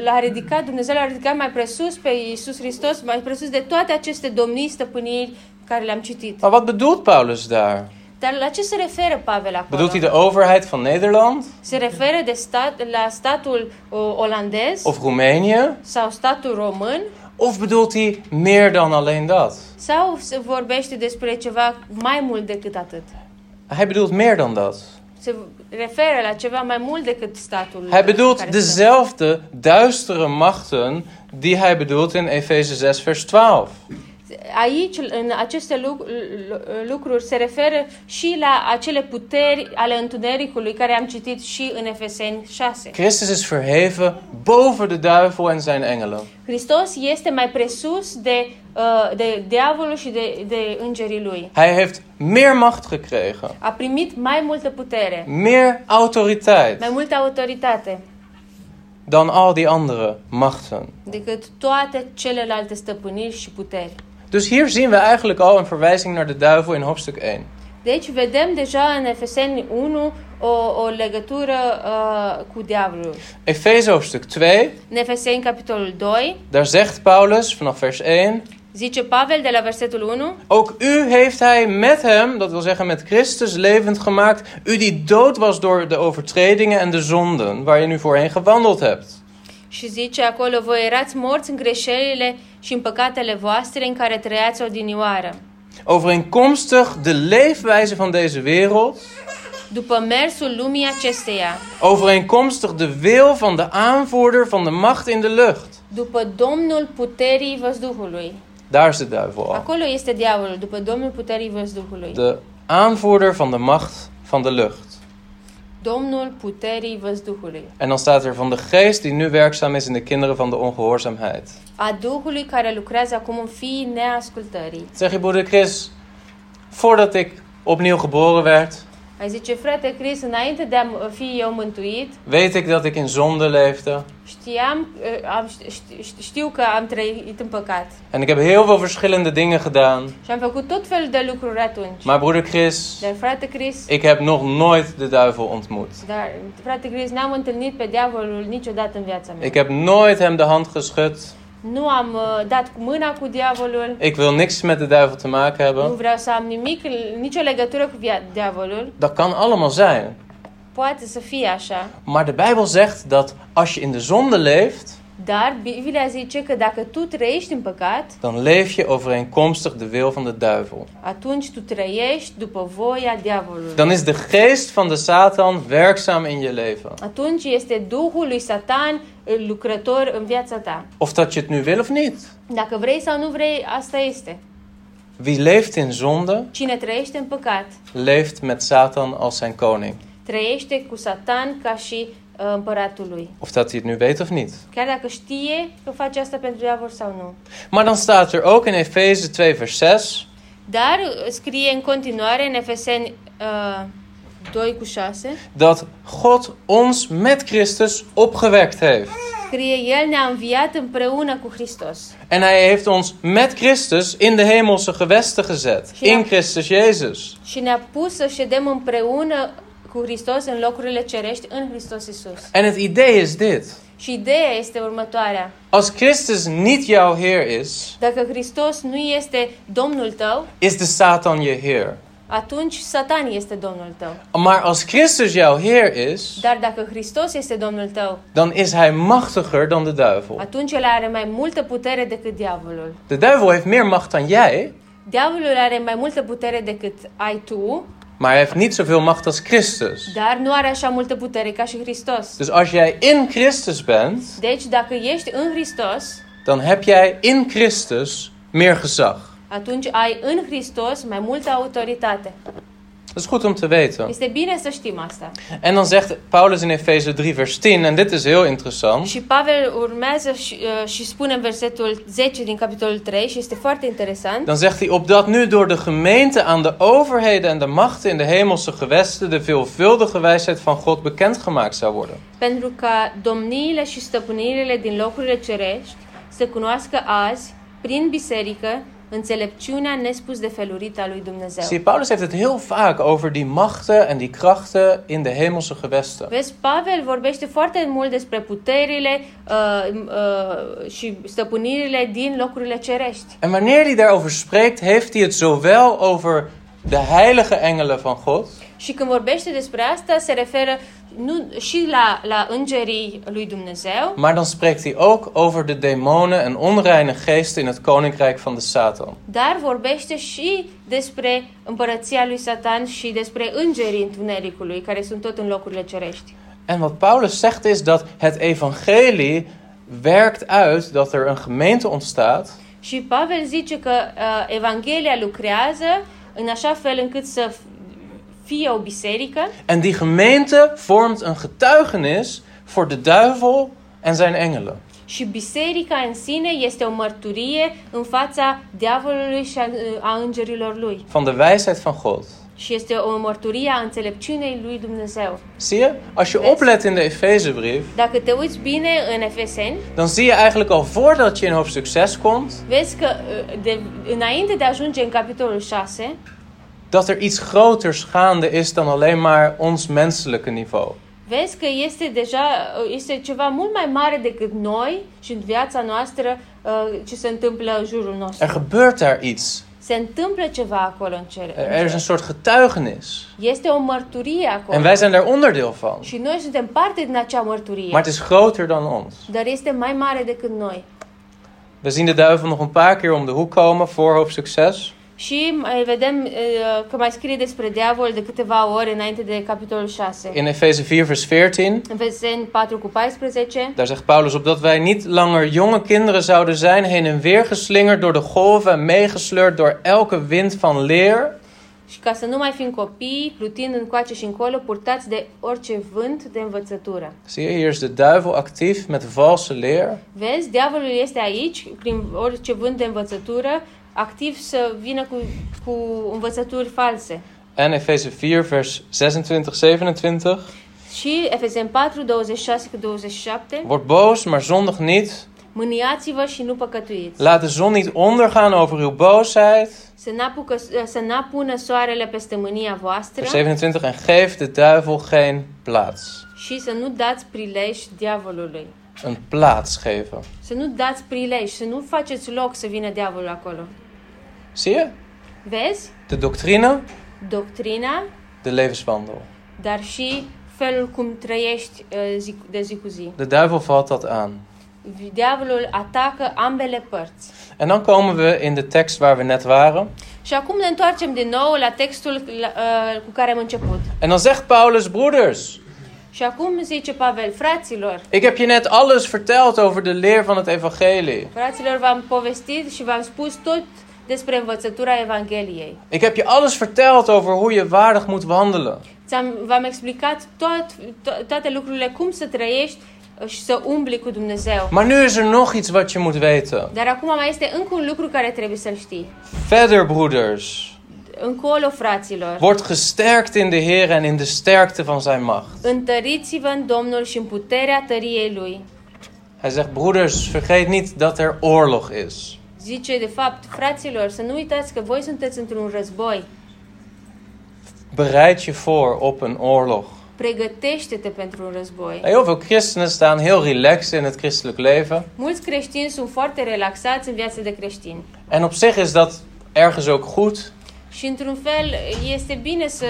[SPEAKER 2] l-a ridicat, Dumnezeu l-a ridicat mai presus pe Iisus Hristos, mai presus de toate aceste domnii, stăpâniri care le-am citit.
[SPEAKER 1] Maar wat bedoelt Paulus daar?
[SPEAKER 2] Dar la ce se referă Pavel acolo?
[SPEAKER 1] Bedoelt hij de overheid van Nederland
[SPEAKER 2] Se referă de stat, la statul o, olandez?
[SPEAKER 1] of Roemenië?
[SPEAKER 2] sau statul român
[SPEAKER 1] Of bedoelt hij meer dan alleen dat?
[SPEAKER 2] sau se vorbește despre ceva mai mult decât atât?
[SPEAKER 1] Hij bedoelt meer dan dat.
[SPEAKER 2] Se referă la ceva mai mult decât statul.
[SPEAKER 1] Hij
[SPEAKER 2] care
[SPEAKER 1] bedoelt
[SPEAKER 2] stă.
[SPEAKER 1] dezelfde duistere machten die hij bedoelt in Efeze 6, vers 12.
[SPEAKER 2] Aici, în aceste lu- lu- lucruri, se referă și la acele puteri ale întunericului care am citit și în Efeseni 6.
[SPEAKER 1] Christus is verheven boven de duivel en zijn engelen.
[SPEAKER 2] Hristos este mai presus de, uh, de diavolul și de, de îngerii lui.
[SPEAKER 1] Hij heeft meer macht gekregen,
[SPEAKER 2] A primit mai multă putere,
[SPEAKER 1] meer
[SPEAKER 2] mai
[SPEAKER 1] autoriteit
[SPEAKER 2] multă autoritate
[SPEAKER 1] dan al die andere machten.
[SPEAKER 2] decât toate celelalte stăpâniri și puteri.
[SPEAKER 1] Dus hier zien we eigenlijk al een verwijzing naar de duivel in hoofdstuk 1.
[SPEAKER 2] Deci vedem deja în Efeseni 1 o, o legătură uh, cu diavolul.
[SPEAKER 1] Efeze hoofdstuk 2,
[SPEAKER 2] În Efeseni capitolul 2
[SPEAKER 1] daar zegt Paulus vanaf vers 1:
[SPEAKER 2] zice Pavel de la versetul 1
[SPEAKER 1] Ook u heeft hij met hem, dat wil zeggen met Christus, levend gemaakt. U die dood was door de overtredingen en de zonden waar je nu voorheen gewandeld hebt.
[SPEAKER 2] și zice acolo voi erați morți în greșelile și în păcatele voastre în care trăiați odinioară.
[SPEAKER 1] Overeenkomstig de leefwijze van deze wereld.
[SPEAKER 2] După mersul lumii acesteia,
[SPEAKER 1] Overeenkomstig de wil van de aanvoerder van de macht in de lucht.
[SPEAKER 2] după domnul puterii văzduhului.
[SPEAKER 1] Daar is de duivel al.
[SPEAKER 2] Acolo este diavolul, după domnul puterii văzduhului.
[SPEAKER 1] De aanvoerder van de macht van de lucht.
[SPEAKER 2] Domnul puterii văzduhului.
[SPEAKER 1] En dan staat er van de geest die nu werkzaam is in de kinderen van de ongehoorzaamheid.
[SPEAKER 2] A Duhului care lucrează acum în fiii neascultării.
[SPEAKER 1] Zeg je broeder Chris, voordat ik opnieuw geboren werd,
[SPEAKER 2] Ai zice, frate Cris, înainte de a m- fi eu mântuit,
[SPEAKER 1] weet ik dat ik in zonde leefde.
[SPEAKER 2] știam, eh, am, ști- ști- știu că am trăit în păcat.
[SPEAKER 1] En ik heb heel veel verschillende dingen gedaan.
[SPEAKER 2] Și am făcut tot felul de lucruri atunci.
[SPEAKER 1] Maar broeder Chris,
[SPEAKER 2] Dar frate Cris,
[SPEAKER 1] ik heb nog nooit de duivel ontmoet.
[SPEAKER 2] dar frate Cris, n-am întâlnit pe diavolul niciodată în viața mea.
[SPEAKER 1] Ik heb nooit hem de hand geschud.
[SPEAKER 2] Nu am eh, dat cu mâna cu diavolul.
[SPEAKER 1] Ik wil niks met de duivel te maken
[SPEAKER 2] Nu
[SPEAKER 1] hebben.
[SPEAKER 2] vreau să am nimic, nicio legătură cu via- diavolul.
[SPEAKER 1] Dat kan allemaal zijn.
[SPEAKER 2] Poate să fie așa,
[SPEAKER 1] Maar de Bijbel zegt dat als je in de zonde leeft,
[SPEAKER 2] dar Biblia zice că dacă tu trăiești în păcat,
[SPEAKER 1] dan leef je overeenkomstig de wil van de duivel.
[SPEAKER 2] atunci tu trăiești după voia diavolului.
[SPEAKER 1] Dan is de geest van de Satan werkzaam in je leven.
[SPEAKER 2] Atunci este Duhul lui Satan eh, lucrător în viața ta.
[SPEAKER 1] Of dat je het nu wil of niet.
[SPEAKER 2] Dacă vrei sau nu vrei, asta este.
[SPEAKER 1] Wie leeft in zonde,
[SPEAKER 2] Cine trăiește în păcat,
[SPEAKER 1] leeft met Satan als zijn koning.
[SPEAKER 2] trăiește cu Satan ca și uh, împăratul lui.
[SPEAKER 1] Of dat hij het nu weet of niet.
[SPEAKER 2] Chiar dacă știe că face asta pentru diavol sau nu.
[SPEAKER 1] Maar dan staat er ook in Efeze 2, vers 6.
[SPEAKER 2] Dar uh, scrie în continuare în Efeseni uh, 2 cu 6,
[SPEAKER 1] dat God ons met Christus opgewekt heeft.
[SPEAKER 2] scrie El ne-a înviat împreună cu Hristos
[SPEAKER 1] En hij heeft ons met Christus in de hemelse gewesten gezet. In Christus Jezus.
[SPEAKER 2] și ne-a pus să ședem împreună cu Hristos în locurile cerești în Hristos Isus.
[SPEAKER 1] En het idee is dit.
[SPEAKER 2] Și ideea este următoarea.
[SPEAKER 1] Als Christus niet jouw Heer is,
[SPEAKER 2] Dacă Hristos nu este Domnul tău,
[SPEAKER 1] is de Satan je Heer.
[SPEAKER 2] atunci Satan este Domnul tău.
[SPEAKER 1] Maar als Christus jouw Heer is,
[SPEAKER 2] Dar dacă Hristos este Domnul tău,
[SPEAKER 1] dan is hij machtiger dan de duivel.
[SPEAKER 2] atunci el are mai multă putere decât diavolul.
[SPEAKER 1] De duivel heeft meer macht dan jij,
[SPEAKER 2] Diavolul are mai multă putere decât ai tu,
[SPEAKER 1] maar hij heeft niet zoveel macht als Christus.
[SPEAKER 2] dar nu are așa multă putere ca și Hristos.
[SPEAKER 1] Dus als jij in Christus bent,
[SPEAKER 2] Deci, dacă ești în Hristos,
[SPEAKER 1] dan heb jij in Christus meer gezag.
[SPEAKER 2] atunci ai în Hristos mai multă autoritate.
[SPEAKER 1] Dat is goed om te weten.
[SPEAKER 2] Este bine să știm asta.
[SPEAKER 1] En dan zegt Paulus in Efeze 3, vers 10, en dit is heel interessant.
[SPEAKER 2] Și Pavel urmează și, uh, și spune în versetul 10 din capitolul 3 și este foarte interesant.
[SPEAKER 1] Dan zegt hij, opdat nu door de gemeente aan de overheden en de machten in de hemelse gewesten de veelvuldige wijsheid van God bekendgemaakt zou worden.
[SPEAKER 2] Pentru ca domniile și stăpânirile din locurile cerești să cunoască azi, prin biserică, înțelepciunea nespus de felurită a lui Dumnezeu.
[SPEAKER 1] Zie, Paulus heeft het heel vaak over die machten en die krachten in de hemelse gewesten.
[SPEAKER 2] Vezi, Pavel vorbește foarte mult despre puterile uh, uh, și stăpânirile din locurile cerești.
[SPEAKER 1] En wanneer hij daarover spreekt, heeft hij het zowel over de heilige engelen van God,
[SPEAKER 2] Și când vorbește despre asta, se referă nu, și la, la îngerii lui Dumnezeu,
[SPEAKER 1] maar dan spreekt hij ook over de demonen en onreine geesten in het koninkrijk van de Satan.
[SPEAKER 2] dar vorbește și despre împărăția lui Satan și despre îngerii întunericului, care sunt tot în locurile cerești.
[SPEAKER 1] En wat Paulus zegt is dat het evangelie werkt uit dat er een gemeente ontstaat
[SPEAKER 2] Și Pavel zice că uh, Evanghelia lucrează în așa fel încât să f- fie o biserică
[SPEAKER 1] en die gemeente vormt een getuigenis voor de duivel en zijn engelen.
[SPEAKER 2] și biserica în sine este o mărturie în fața diavolului și uh, a, a îngerilor lui,
[SPEAKER 1] Van de wijsheid van God,
[SPEAKER 2] și este o mărturie a înțelepciunii lui Dumnezeu.
[SPEAKER 1] Zie je? Als je
[SPEAKER 2] Yes.
[SPEAKER 1] oplet in de Efezebrief,
[SPEAKER 2] Dacă te uiți bine în Efeseni,
[SPEAKER 1] dan zie je eigenlijk al voordat je in hoofdstuk 6 komt,
[SPEAKER 2] vezi că uh, de, înainte de a ajunge în capitolul 6,
[SPEAKER 1] dat er iets groters gaande is dan alleen maar ons menselijke niveau.
[SPEAKER 2] vezi că este deja uh, este ceva mult mai mare decât noi și în viața noastră uh, ce se întâmplă în jurul
[SPEAKER 1] Er
[SPEAKER 2] nostru.
[SPEAKER 1] gebeurt daar iets.
[SPEAKER 2] Se întâmplă ceva acolo în cer.
[SPEAKER 1] Er, er is een soort getuigenis.
[SPEAKER 2] Este o mărturie acolo.
[SPEAKER 1] En wij zijn daar onderdeel van.
[SPEAKER 2] Și noi suntem parte din acea mărturie,
[SPEAKER 1] Maar het is groter dan ons.
[SPEAKER 2] dar este mai mare decât noi.
[SPEAKER 1] We zien de duivel nog een paar keer om de hoek komen voor hoofdstuk 6.
[SPEAKER 2] Și mai vedem uh, că mai scrie despre diavol de câteva ori înainte de capitolul 6.
[SPEAKER 1] In Efeze 4, vers 14.
[SPEAKER 2] În Veseni 4 cu 14,
[SPEAKER 1] Daar zegt Paulus op dat wij niet langer jonge kinderen zouden zijn, heen en weer geslingerd door de golven en meegesleurd door elke wind van leer.
[SPEAKER 2] și ca să nu mai fim copii, plutind încoace și încolo, purtați de orice vânt de învățătură.
[SPEAKER 1] Zie je, hier is de duivel actief met valse leer.
[SPEAKER 2] Vezi, diavolul este aici, prin orice vânt de învățătură, activ să vină cu, cu învățături false.
[SPEAKER 1] En Efeze 4, vers 26, 27.
[SPEAKER 2] Și Efeseni 4, 26 cu 27,
[SPEAKER 1] Word boos, maar zondig niet.
[SPEAKER 2] mâniați-vă și nu păcătuiți.
[SPEAKER 1] Laat de zon niet ondergaan over uw boosheid.
[SPEAKER 2] Să n-apucă, să n-apună soarele peste mânia voastră
[SPEAKER 1] Vers 27. En geef de duivel geen plaats.
[SPEAKER 2] și să nu dați prilej diavolului.
[SPEAKER 1] Een plaats geven.
[SPEAKER 2] Să nu dați prilej, să nu faceți loc să vină diavolul acolo.
[SPEAKER 1] Zie je?
[SPEAKER 2] Vezi?
[SPEAKER 1] De doctrine,
[SPEAKER 2] Doctrina,
[SPEAKER 1] de levenswandel.
[SPEAKER 2] dar și felul cum trăiești uh, zi, de zi cu zi.
[SPEAKER 1] De duivel valt dat aan.
[SPEAKER 2] Diavolul atacă ambele părți.
[SPEAKER 1] En dan komen we in de tekst waar we net waren.
[SPEAKER 2] Și acum ne întoarcem din nou la textul la, uh, cu care am început.
[SPEAKER 1] En dan zegt Paulus, broeders,
[SPEAKER 2] Și acum zice Pavel, fraților,
[SPEAKER 1] ik heb je net alles verteld over de leer van het evangelie.
[SPEAKER 2] fraților, v-am povestit și v-am spus tot despre învățătura Evangheliei.
[SPEAKER 1] Ik heb je alles verteld over hoe je waardig moet wandelen.
[SPEAKER 2] Ți-am, v-am explicat tot, to- toate lucrurile, cum să trăiești uh, și să umbli cu Dumnezeu.
[SPEAKER 1] Maar nu is er nog iets wat je moet weten.
[SPEAKER 2] Dar acum mai este încă un lucru care trebuie să-l știi.
[SPEAKER 1] Verder, broeders,
[SPEAKER 2] Încolo, fraților,
[SPEAKER 1] word gesterkt in de Heer en in de sterkte van zijn macht.
[SPEAKER 2] întăriți-vă în Domnul și în puterea tăriei Lui.
[SPEAKER 1] Hij zegt, broeders, vergeet niet dat er oorlog is.
[SPEAKER 2] Zice, de fapt, fraților, să nu uitați că voi sunteți într-un război.
[SPEAKER 1] Bereid je voor op een oorlog. Nou,
[SPEAKER 2] Pregătește-te pentru un război.
[SPEAKER 1] Heel veel christenen staan heel relaxed in het christelijk leven.
[SPEAKER 2] Mulți creștini sunt foarte relaxați în viața de creștini.
[SPEAKER 1] En op zich is dat ergens ook goed.
[SPEAKER 2] Și într-un fel este bine să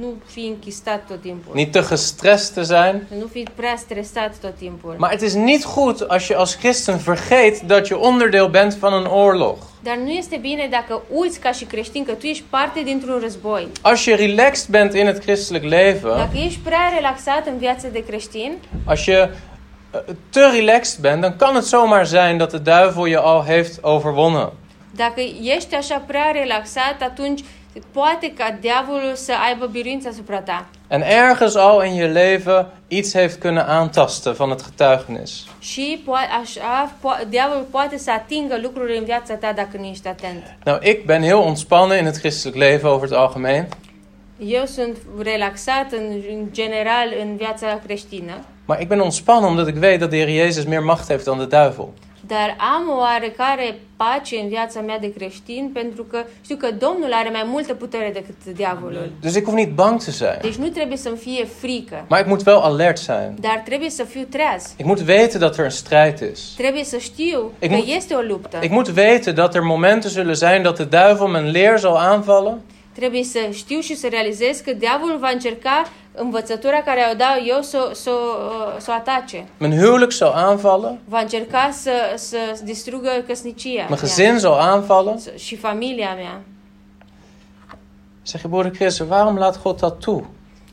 [SPEAKER 2] nu fii închistat tot timpul.
[SPEAKER 1] Niet te gestrest te zijn.
[SPEAKER 2] Să nu fii prea stresat tot timpul.
[SPEAKER 1] Maar het is niet goed als je als christen vergeet dat je onderdeel bent van een oorlog.
[SPEAKER 2] Dar nu este bine dacă uiți ca și creștin că tu ești parte dintr-un război.
[SPEAKER 1] Als je relaxed bent in het christelijk leven,
[SPEAKER 2] Dacă ești prea relaxat în viața de creștin,
[SPEAKER 1] als je eh, te relaxed bent, dan kan het zomaar zijn dat de duivel je al heeft overwonnen.
[SPEAKER 2] dacă ești așa prea relaxat, atunci poate ca diavolul să aibă biruința asupra ta.
[SPEAKER 1] En ergens al in je leven iets heeft kunnen aantasten van het getuigenis.
[SPEAKER 2] Și po- așa, po- diavolul poate să atingă lucruri în viața ta dacă nu ești atent.
[SPEAKER 1] Nou, ik ben heel ontspannen in het christelijk leven over het algemeen.
[SPEAKER 2] Eu sunt relaxat în, în general în viața creștină,
[SPEAKER 1] Maar ik ben ontspannen omdat ik weet dat de Heer Jezus meer macht heeft dan de duivel.
[SPEAKER 2] dar am o oarecare pace în viața mea de creștin pentru că știu că Domnul are mai multă putere decât diavolul.
[SPEAKER 1] Dus ik hoef niet bang te zijn.
[SPEAKER 2] Deci nu trebuie să-mi fie frică,
[SPEAKER 1] Maar ik moet wel alert zijn.
[SPEAKER 2] dar trebuie să fiu treaz.
[SPEAKER 1] Ik moet weten dat er een strijd is.
[SPEAKER 2] Trebuie să știu
[SPEAKER 1] Ik
[SPEAKER 2] că
[SPEAKER 1] moet-
[SPEAKER 2] este o luptă.
[SPEAKER 1] Ik moet weten dat er momenten zullen zijn dat de duivel mijn leer zal aanvallen.
[SPEAKER 2] Trebuie să știu și să realizez că diavolul va încerca învățătura care o dau eu să, o- să, o- să o atace.
[SPEAKER 1] Mijn huwelijk zal aanvallen.
[SPEAKER 2] Va încerca să, să distrugă căsnicia
[SPEAKER 1] Mijn
[SPEAKER 2] mea
[SPEAKER 1] gezin zal aanvallen.
[SPEAKER 2] s- și familia mea.
[SPEAKER 1] Zeg je broeder Christen, waarom laat God dat toe?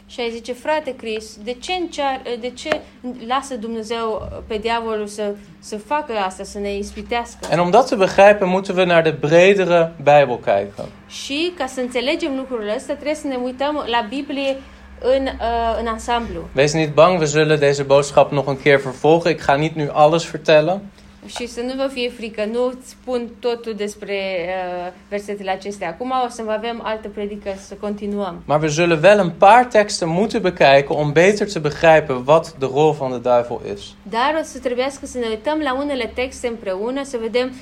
[SPEAKER 2] Și ai zice, frate Chris, de ce, încear, de ce lasă Dumnezeu pe diavolul să, să facă asta, să ne ispitească?
[SPEAKER 1] En om dat te begrijpen moeten we naar de bredere Bijbel kijken.
[SPEAKER 2] Și ca să înțelegem lucrurile astea, trebuie să ne uităm la Biblie în, uh, în ansamblu.
[SPEAKER 1] Wees niet bang, we zullen deze boodschap nog een keer vervolgen. Ik ga niet nu alles vertellen.
[SPEAKER 2] Și să nu vă fie frică, nu îți spun totul despre uh, versetele acestea. Acum o să avem alte predică să continuăm.
[SPEAKER 1] Maar we zullen wel een paar teksten moeten bekijken om beter te begrijpen wat de rol van de duivel is.
[SPEAKER 2] Dar o să trebuiască să ne uităm la unele texte împreună, să vedem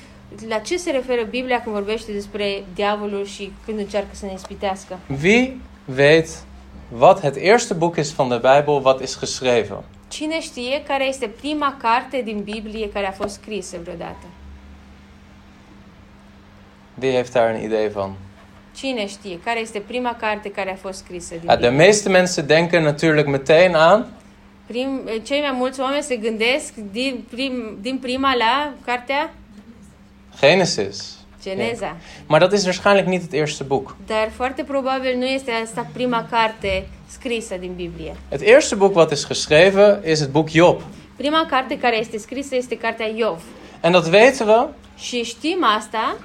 [SPEAKER 2] la ce se referă Biblia când vorbește despre diavolul și când încearcă să ne ispitească.
[SPEAKER 1] Wie weet wat het eerste boek is van de Bijbel wat is geschreven?
[SPEAKER 2] Cine știe care este prima carte din Biblie care a fost scrisă vreodată?
[SPEAKER 1] Wie heeft daar een idee van?
[SPEAKER 2] Cine știe care este prima carte care a fost scrisă din
[SPEAKER 1] Ja, de
[SPEAKER 2] Biblie?
[SPEAKER 1] meeste mensen denken natuurlijk meteen aan
[SPEAKER 2] Prim, eh, cei mai mulți oameni se gândesc din, prim, din prima la cartea
[SPEAKER 1] Genesis.
[SPEAKER 2] Geneza.
[SPEAKER 1] Maar dat is waarschijnlijk niet het eerste boek.
[SPEAKER 2] Dar foarte probabil nu este asta prima carte scrisă din Biblie.
[SPEAKER 1] Het eerste boek wat is geschreven is het boek Job.
[SPEAKER 2] Prima carte care este scrisă este cartea Iov.
[SPEAKER 1] En dat weten we.
[SPEAKER 2] Și știm asta,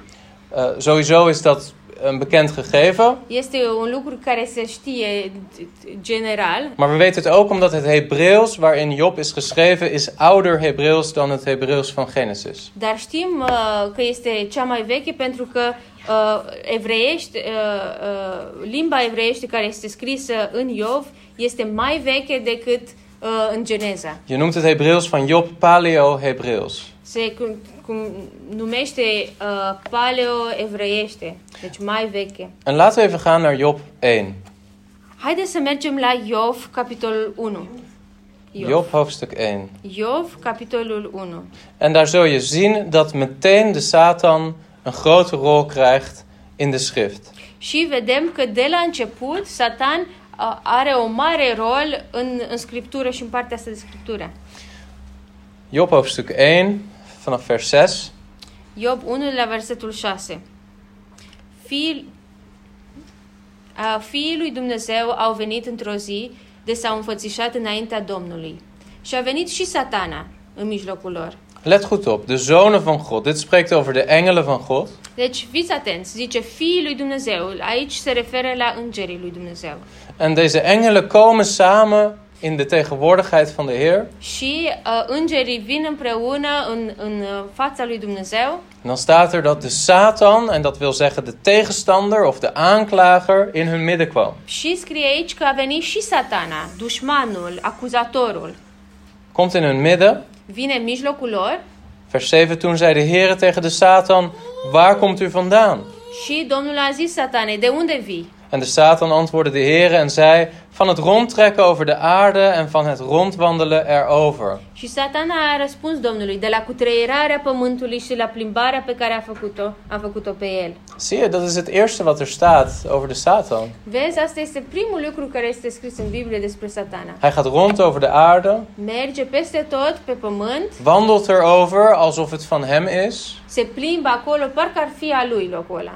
[SPEAKER 1] eh, sowieso is dat een bekend gegeven.
[SPEAKER 2] este un lucru care se știe general,
[SPEAKER 1] Maar we weten het ook omdat het Hebreeuws waarin Job is geschreven is ouder Hebreeuws dan het Hebreeuws van Genesis.
[SPEAKER 2] dar știm uh, că este cea mai veche pentru că uh, evreiești, uh, uh, limba evreiește care este scrisă în Iov este mai veche decât uh, în Geneza.
[SPEAKER 1] Je noemt het Hebreeuws van Job Paleo-Hebreeuws.
[SPEAKER 2] Se cum, cum numește uh, paleo-evreiește, deci mai veche.
[SPEAKER 1] En laten we even gaan naar Job 1.
[SPEAKER 2] Haideți să mergem la Iov, capitolul 1.
[SPEAKER 1] Job, hoofdstuk 1.
[SPEAKER 2] Iov, capitolul 1.
[SPEAKER 1] En daar zul je zien dat meteen de Satan een grote rol krijgt in de schrift.
[SPEAKER 2] Și vedem că de la început Satan uh, are o mare rol în, în scriptură și în partea asta de scriptură.
[SPEAKER 1] Job hoofdstuk 1 vanaf vers 6.
[SPEAKER 2] Iov 1 la versetul 6. Fiii, a, fiii lui Dumnezeu au venit într-o zi de s-au înfățișat înaintea Domnului. Și a venit și satana în mijlocul lor.
[SPEAKER 1] Let goed op, de zonen van God. Dit spreekt over de engelen van God.
[SPEAKER 2] Deci fiți atenți, zice fiii lui Dumnezeu, aici se referă la îngerii lui Dumnezeu.
[SPEAKER 1] En deze engelen komen samen in de tegenwoordigheid van de Heer.
[SPEAKER 2] Și uh, îngerii vin împreună în, în uh, fața lui Dumnezeu
[SPEAKER 1] En dan staat er dat de Satan, en dat wil zeggen de tegenstander of de aanklager, in hun midden kwam.
[SPEAKER 2] și scrie aici că a venit și satana, dușmanul, acuzatorul.
[SPEAKER 1] Komt in hun midden.
[SPEAKER 2] Vine în mijlocul lor
[SPEAKER 1] Vers 7, toen zei de Heer tegen de Satan, waar komt u vandaan?
[SPEAKER 2] și Domnul a zis satanei, de unde vii?
[SPEAKER 1] En de Satan antwoordde de Heer en zei, van het rondtrekken over de aarde en van het rondwandelen erover.
[SPEAKER 2] Și satana a răspuns Domnului, de la cutreierarea pământului și la plimbarea pe care a făcut-o, a făcut-o pe el.
[SPEAKER 1] Zie je, dat is het eerste wat er staat over de Satan.
[SPEAKER 2] Vezi, asta este primul lucru care este scris în Biblie despre satana.
[SPEAKER 1] Hij gaat rond over de aarde,
[SPEAKER 2] Merge peste tot, pe pământ,
[SPEAKER 1] wandelt erover alsof het van hem is.
[SPEAKER 2] se plimbă acolo, parcă ar fi a lui locul ăla.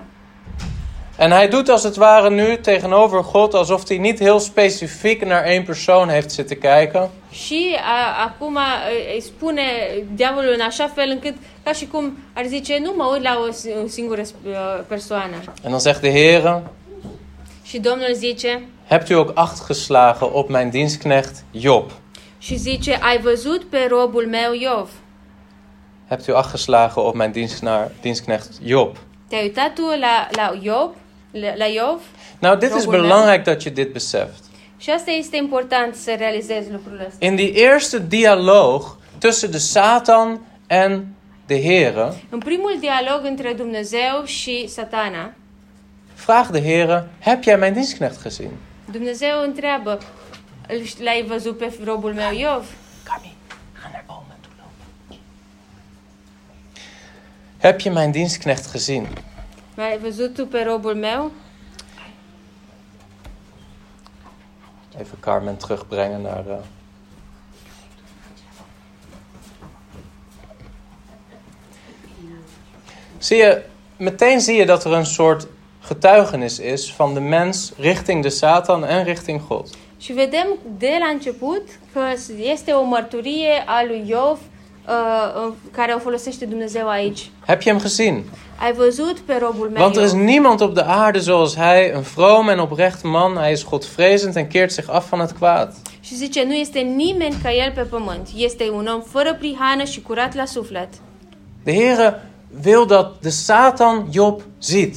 [SPEAKER 1] En hij doet als het ware nu tegenover God alsof hij niet heel specifiek naar één persoon heeft zitten kijken.
[SPEAKER 2] Și a, acum a, îi spune diavolul în așa fel încât, ca și cum ar zice, nu mă uit la o, si- o singură uh, persoană.
[SPEAKER 1] En dan zegt de Heer,
[SPEAKER 2] Și Domnul zice,
[SPEAKER 1] hebt u ook acht geslagen op mijn dienstknecht Job?
[SPEAKER 2] și zice, ai văzut pe robul meu Iov?
[SPEAKER 1] Hebt u acht geslagen op mijn dienstnaar- dienstknecht Job?
[SPEAKER 2] Te-ai uitat tu la, la Iov? La, la Iov?
[SPEAKER 1] Nou, dit is
[SPEAKER 2] Robert.
[SPEAKER 1] belangrijk dat je dit beseft.
[SPEAKER 2] Și asta este important să realizezi lucrul ăsta.
[SPEAKER 1] In die eerste dialoog tussen de Satan en de Heere,
[SPEAKER 2] În primul dialog între Dumnezeu și satana,
[SPEAKER 1] vraagt de Heere: Heb jij mijn dienstknecht gezien?
[SPEAKER 2] Dumnezeu întreabă, "Îl- l-ai văzut pe robul meu Iov?
[SPEAKER 1] Kami, ga naar oma toe lopen. Heb je mijn dienstknecht gezien?
[SPEAKER 2] L-ai văzut tu pe robul meu?
[SPEAKER 1] Even Carmen terugbrengen naar. eh. Zie je, meteen zie je dat er een soort getuigenis is van de mens richting de Satan en richting God.
[SPEAKER 2] Și vedem de la început că este o mărturie a lui Iov uh, uh, care o folosește Dumnezeu aici.
[SPEAKER 1] Heb je hem gezien?
[SPEAKER 2] Ai văzut pe robul meu?
[SPEAKER 1] Want er is
[SPEAKER 2] Iov?
[SPEAKER 1] niemand op de aarde zoals hij, een vroom en oprecht man. Hij is Godvrezend en keert zich af van het kwaad.
[SPEAKER 2] Și zice, nu este nimeni ca el pe pământ. Este un om fără prihană și curat la suflet.
[SPEAKER 1] De Heere wil dat de Satan Job ziet.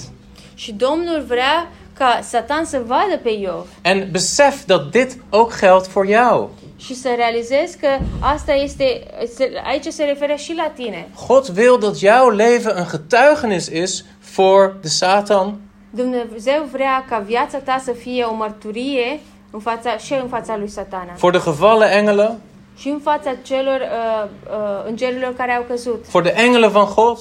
[SPEAKER 2] Și Domnul vrea ca Satan să vadă pe Iov
[SPEAKER 1] En besef dat dit ook geldt voor jou.
[SPEAKER 2] și să realizezi că asta este, se- aici se referă și la tine.
[SPEAKER 1] God wil dat jouw leven een getuigenis is voor de Satan
[SPEAKER 2] Dumnezeu vrea ca viața ta să fie o mărturie în fața, și în fața lui Satana
[SPEAKER 1] Voor de gevallen engelen,
[SPEAKER 2] și în fața celor uh, uh, îngerilor care au căzut.
[SPEAKER 1] voor de engelen van God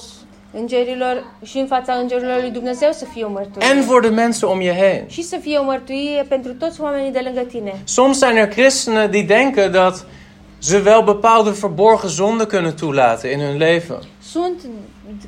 [SPEAKER 2] Îngerilor și în fața îngerilor lui Dumnezeu să fie o mărturie.
[SPEAKER 1] en voor de mensen om je heen.
[SPEAKER 2] și să fie o mărturie pentru toți oamenii de lângă tine.
[SPEAKER 1] Soms zijn er christenen die denken dat ze wel bepaalde verborgen zonden kunnen toelaten in hun leven.
[SPEAKER 2] Sunt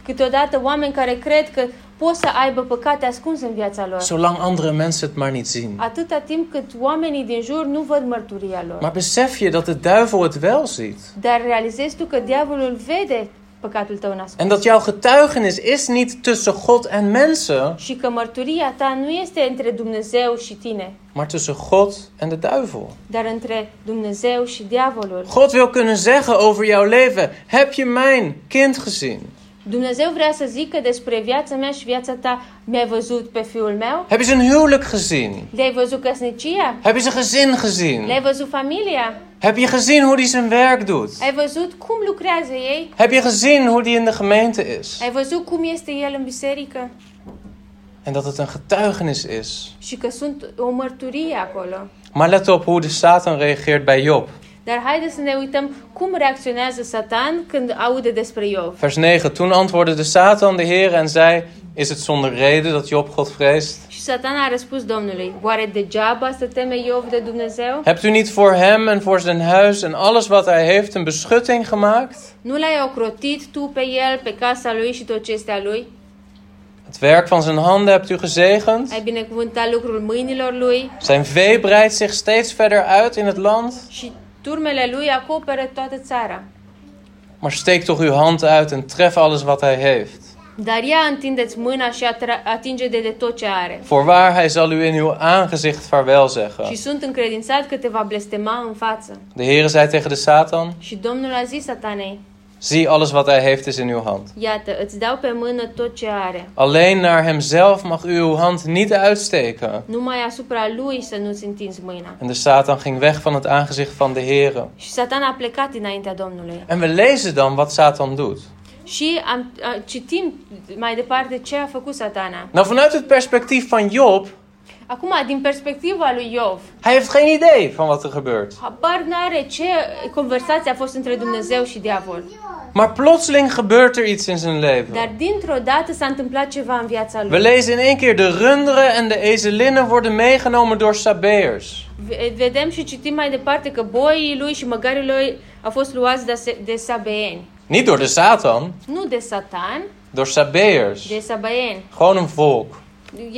[SPEAKER 2] câteodată oameni care cred că pot să aibă păcate ascunse în viața lor,
[SPEAKER 1] Zolang andere mensen het maar niet zien.
[SPEAKER 2] atâta timp cât oamenii din jur nu văd mărturia lor.
[SPEAKER 1] Maar besef je dat de duivel het wel ziet.
[SPEAKER 2] Dar realizezi tu că diavolul vede păcatul tău
[SPEAKER 1] En
[SPEAKER 2] ascuns.
[SPEAKER 1] dat jouw getuigenis is niet tussen God en mensen,
[SPEAKER 2] Și că mărturia ta nu este între Dumnezeu și tine,
[SPEAKER 1] maar tussen God en de duivel.
[SPEAKER 2] dar între Dumnezeu și diavolul.
[SPEAKER 1] God wil kunnen zeggen over jouw leven: heb je mijn kind gezien?
[SPEAKER 2] Dumnezeu vrea să zică despre viața mea și viața ta, mi-ai văzut pe fiul meu?
[SPEAKER 1] Heb je zijn huwelijk gezien?
[SPEAKER 2] Le-ai văzut căsnicia?
[SPEAKER 1] Heb je zijn gezin gezien?
[SPEAKER 2] Le-ai văzut familia?
[SPEAKER 1] Heb je gezien hoe hij zijn werk doet?
[SPEAKER 2] Ai văzut cum lucrează ei?
[SPEAKER 1] Heb je gezien hoe die in de gemeente is?
[SPEAKER 2] Ai văzut cum este el în biserică?
[SPEAKER 1] En dat het een getuigenis is.
[SPEAKER 2] Și că sunt o mărturie acolo.
[SPEAKER 1] Maar let op hoe de Satan reageert bij Job.
[SPEAKER 2] Dar haideți să ne uităm cum reacționează Satan când aude despre Iov.
[SPEAKER 1] Vers 9. Toen antwoordde de Satan de Heer en zei: Is het zonder reden dat Job God vreest?
[SPEAKER 2] Și Satan a răspuns Domnului, oare degeaba să teme Iov de Dumnezeu?
[SPEAKER 1] Hebt u niet voor hem en voor zijn huis en alles wat hij heeft een beschutting gemaakt?
[SPEAKER 2] Nu l-ai ocrotit tu pe el, pe casa lui și tot ce este a lui?
[SPEAKER 1] Het werk van zijn handen hebt u gezegend?
[SPEAKER 2] Ai binecuvântat lucrul mâinilor lui
[SPEAKER 1] Zijn vee breidt zich steeds verder uit in het land.
[SPEAKER 2] și turmele lui acoperă toată țara.
[SPEAKER 1] Maar steek toch uw hand uit en tref alles wat hij heeft.
[SPEAKER 2] Dar ea întindeți mâna și atra- atinge de, de tot ce are.
[SPEAKER 1] Voorwaar, hij zal u in uw aangezicht vaarwel
[SPEAKER 2] Și
[SPEAKER 1] zeggen.
[SPEAKER 2] sunt încredințat că te va blestema în față.
[SPEAKER 1] De Heere zei tegen de Satan:
[SPEAKER 2] Și Domnul a zis satanei,
[SPEAKER 1] Zie, alles wat hij heeft is in uw hand.
[SPEAKER 2] iată, îți dau pe mână tot ce are.
[SPEAKER 1] Alleen naar hemzelf mag u uw hand niet uitsteken.
[SPEAKER 2] Numai asupra lui să nu-ți întinzi mâina.
[SPEAKER 1] En de Satan ging weg van het aangezicht van de Heere.
[SPEAKER 2] Și Satan a plecat dinaintea Domnului.
[SPEAKER 1] En we lezen dan wat Satan doet.
[SPEAKER 2] Și am, a, citim mai departe ce a făcut satana.
[SPEAKER 1] Nou, vanuit het perspectief van Job,
[SPEAKER 2] Acum, din perspectiva lui Iov,
[SPEAKER 1] hij heeft geen idee van wat er gebeurt.
[SPEAKER 2] habar n-are ce conversație a fost între Dumnezeu și diavol.
[SPEAKER 1] Maar plotseling gebeurt er iets in zijn
[SPEAKER 2] Da. Dar
[SPEAKER 1] leven.
[SPEAKER 2] dintr-o dată s-a întâmplat ceva în viața
[SPEAKER 1] We
[SPEAKER 2] lui.
[SPEAKER 1] lezen in één keer de runderen en de ezelinnen worden meegenomen door Sabeërs.
[SPEAKER 2] Ve- Vedem și citim mai departe că boii lui și măgarii lui au fost luați de, se- de sabeeni.
[SPEAKER 1] Niet door de Satan,
[SPEAKER 2] Nu de satan,
[SPEAKER 1] door Sabeërs.
[SPEAKER 2] de sabeeni.
[SPEAKER 1] Gewoon een volk.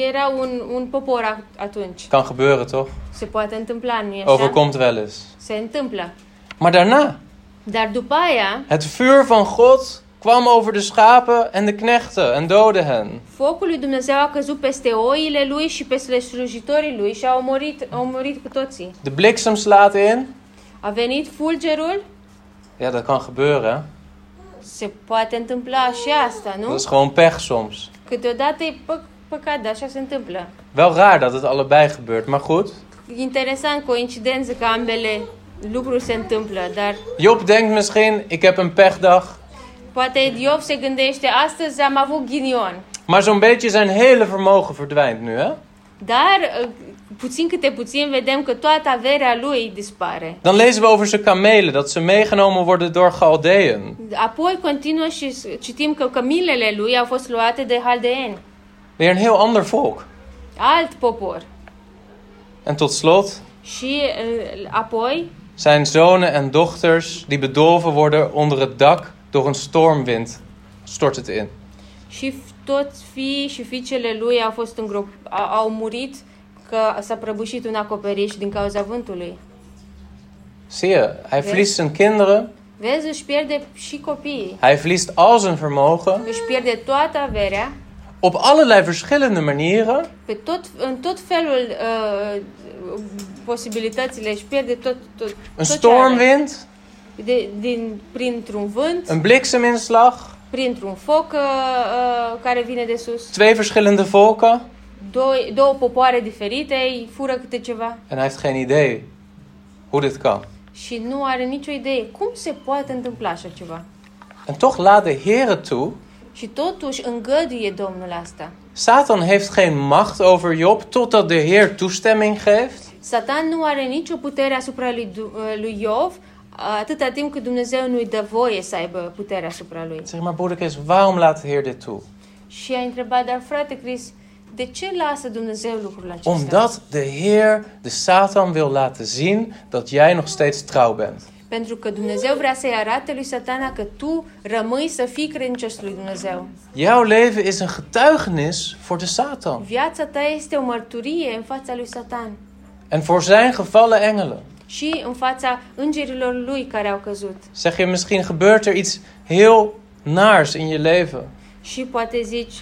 [SPEAKER 2] Era un, un popor a- atunci.
[SPEAKER 1] Kan gebeuren toch?
[SPEAKER 2] Se poate întâmpla, nu e așa?
[SPEAKER 1] Overkomt wel eens.
[SPEAKER 2] Se întâmplă.
[SPEAKER 1] Maar daarna,
[SPEAKER 2] Dar după aia,
[SPEAKER 1] het vuur van God kwam over de schapen en de knechten en doodde hen.
[SPEAKER 2] focul lui Dumnezeu a căzut peste oile lui și peste slujitorii lui și a omorit, a omorit cu toții.
[SPEAKER 1] De bliksem slaat in.
[SPEAKER 2] A venit fulgerul,
[SPEAKER 1] Ja, dat kan gebeuren. hè?
[SPEAKER 2] se poate întâmpla și asta,
[SPEAKER 1] Dat
[SPEAKER 2] nu?
[SPEAKER 1] is gewoon pech soms.
[SPEAKER 2] Câteodată e pă- păcat, dar așa se întâmplă.
[SPEAKER 1] Wel raar dat het allebei gebeurt, maar goed.
[SPEAKER 2] Interesant, coincidență că ambele lucruri se întâmplă, dar
[SPEAKER 1] Job denkt misschien, ik heb een pechdag.
[SPEAKER 2] poate Iov se gândește, astăzi am avut ghinion.
[SPEAKER 1] Maar zo'n beetje zijn hele vermogen verdwijnt nu, hè?
[SPEAKER 2] Dar uh, puțin câte puțin vedem că toată averea lui dispare.
[SPEAKER 1] Dan lezen we over zijn kamelen, dat ze meegenomen worden door Galdeën.
[SPEAKER 2] Apoi continuă și s- citim că cămilele lui au fost luate de haldeeni,
[SPEAKER 1] Weer een heel ander volk.
[SPEAKER 2] alt popor.
[SPEAKER 1] En tot slot
[SPEAKER 2] Și uh, apoi
[SPEAKER 1] zijn zonen en dochters die bedolven worden onder het dak door een stormwind. Stort het in.
[SPEAKER 2] și f- toți fiii și fiicele lui au fost îngrop- a- au murit că s-a prăbușit un acoperiș din cauza vântului.
[SPEAKER 1] Zie je, hij verliest zijn kinderen,
[SPEAKER 2] Vezi, își pierde și copiii.
[SPEAKER 1] hij verliest al zijn vermogen.
[SPEAKER 2] Își pierde toată averea
[SPEAKER 1] Op allerlei verschillende manieren.
[SPEAKER 2] pe tot, în tot felul uh, posibilitățile, își pierde tot, tot,
[SPEAKER 1] Een
[SPEAKER 2] tot ce are.
[SPEAKER 1] stormwind,
[SPEAKER 2] de, din, printr-un vânt,
[SPEAKER 1] een blikseminslag,
[SPEAKER 2] printr-un foc uh, uh, care vine de sus.
[SPEAKER 1] Twee verschillende volken
[SPEAKER 2] Doi, două popoare diferite, îi fură câte ceva
[SPEAKER 1] en hij heeft geen idee hoe dit kan.
[SPEAKER 2] și nu are nicio idee cum se poate întâmpla așa ceva.
[SPEAKER 1] En toch laat de Heer het toe.
[SPEAKER 2] Și totuși îngăduie Domnul asta.
[SPEAKER 1] Satan heeft geen macht over Job totdat de Heer toestemming geeft.
[SPEAKER 2] Satan nu are nicio putere asupra lui, Du- uh, lui Iov atâta timp cât Dumnezeu nu-i dă voie să aibă putere asupra lui.
[SPEAKER 1] Zeg maar, broederkes, waarom laat de Heer dit toe?
[SPEAKER 2] Și a întrebat, dar frate Chris, de ce lasă Dumnezeu lucrul acesta?
[SPEAKER 1] Omdat de Heer de Satan wil laten zien dat jij nog steeds trouw bent.
[SPEAKER 2] Pentru că Dumnezeu vrea să-i arate lui satana că tu rămâi să fii credincios lui Dumnezeu.
[SPEAKER 1] Jouw leven is een getuigenis voor de Satan
[SPEAKER 2] Viața ta este o mărturie în fața lui satan
[SPEAKER 1] en voor zijn gevallen engelen.
[SPEAKER 2] și în fața îngerilor lui care au căzut.
[SPEAKER 1] Zeg je misschien gebeurt er iets heel naars in je leven.
[SPEAKER 2] Și poate zici,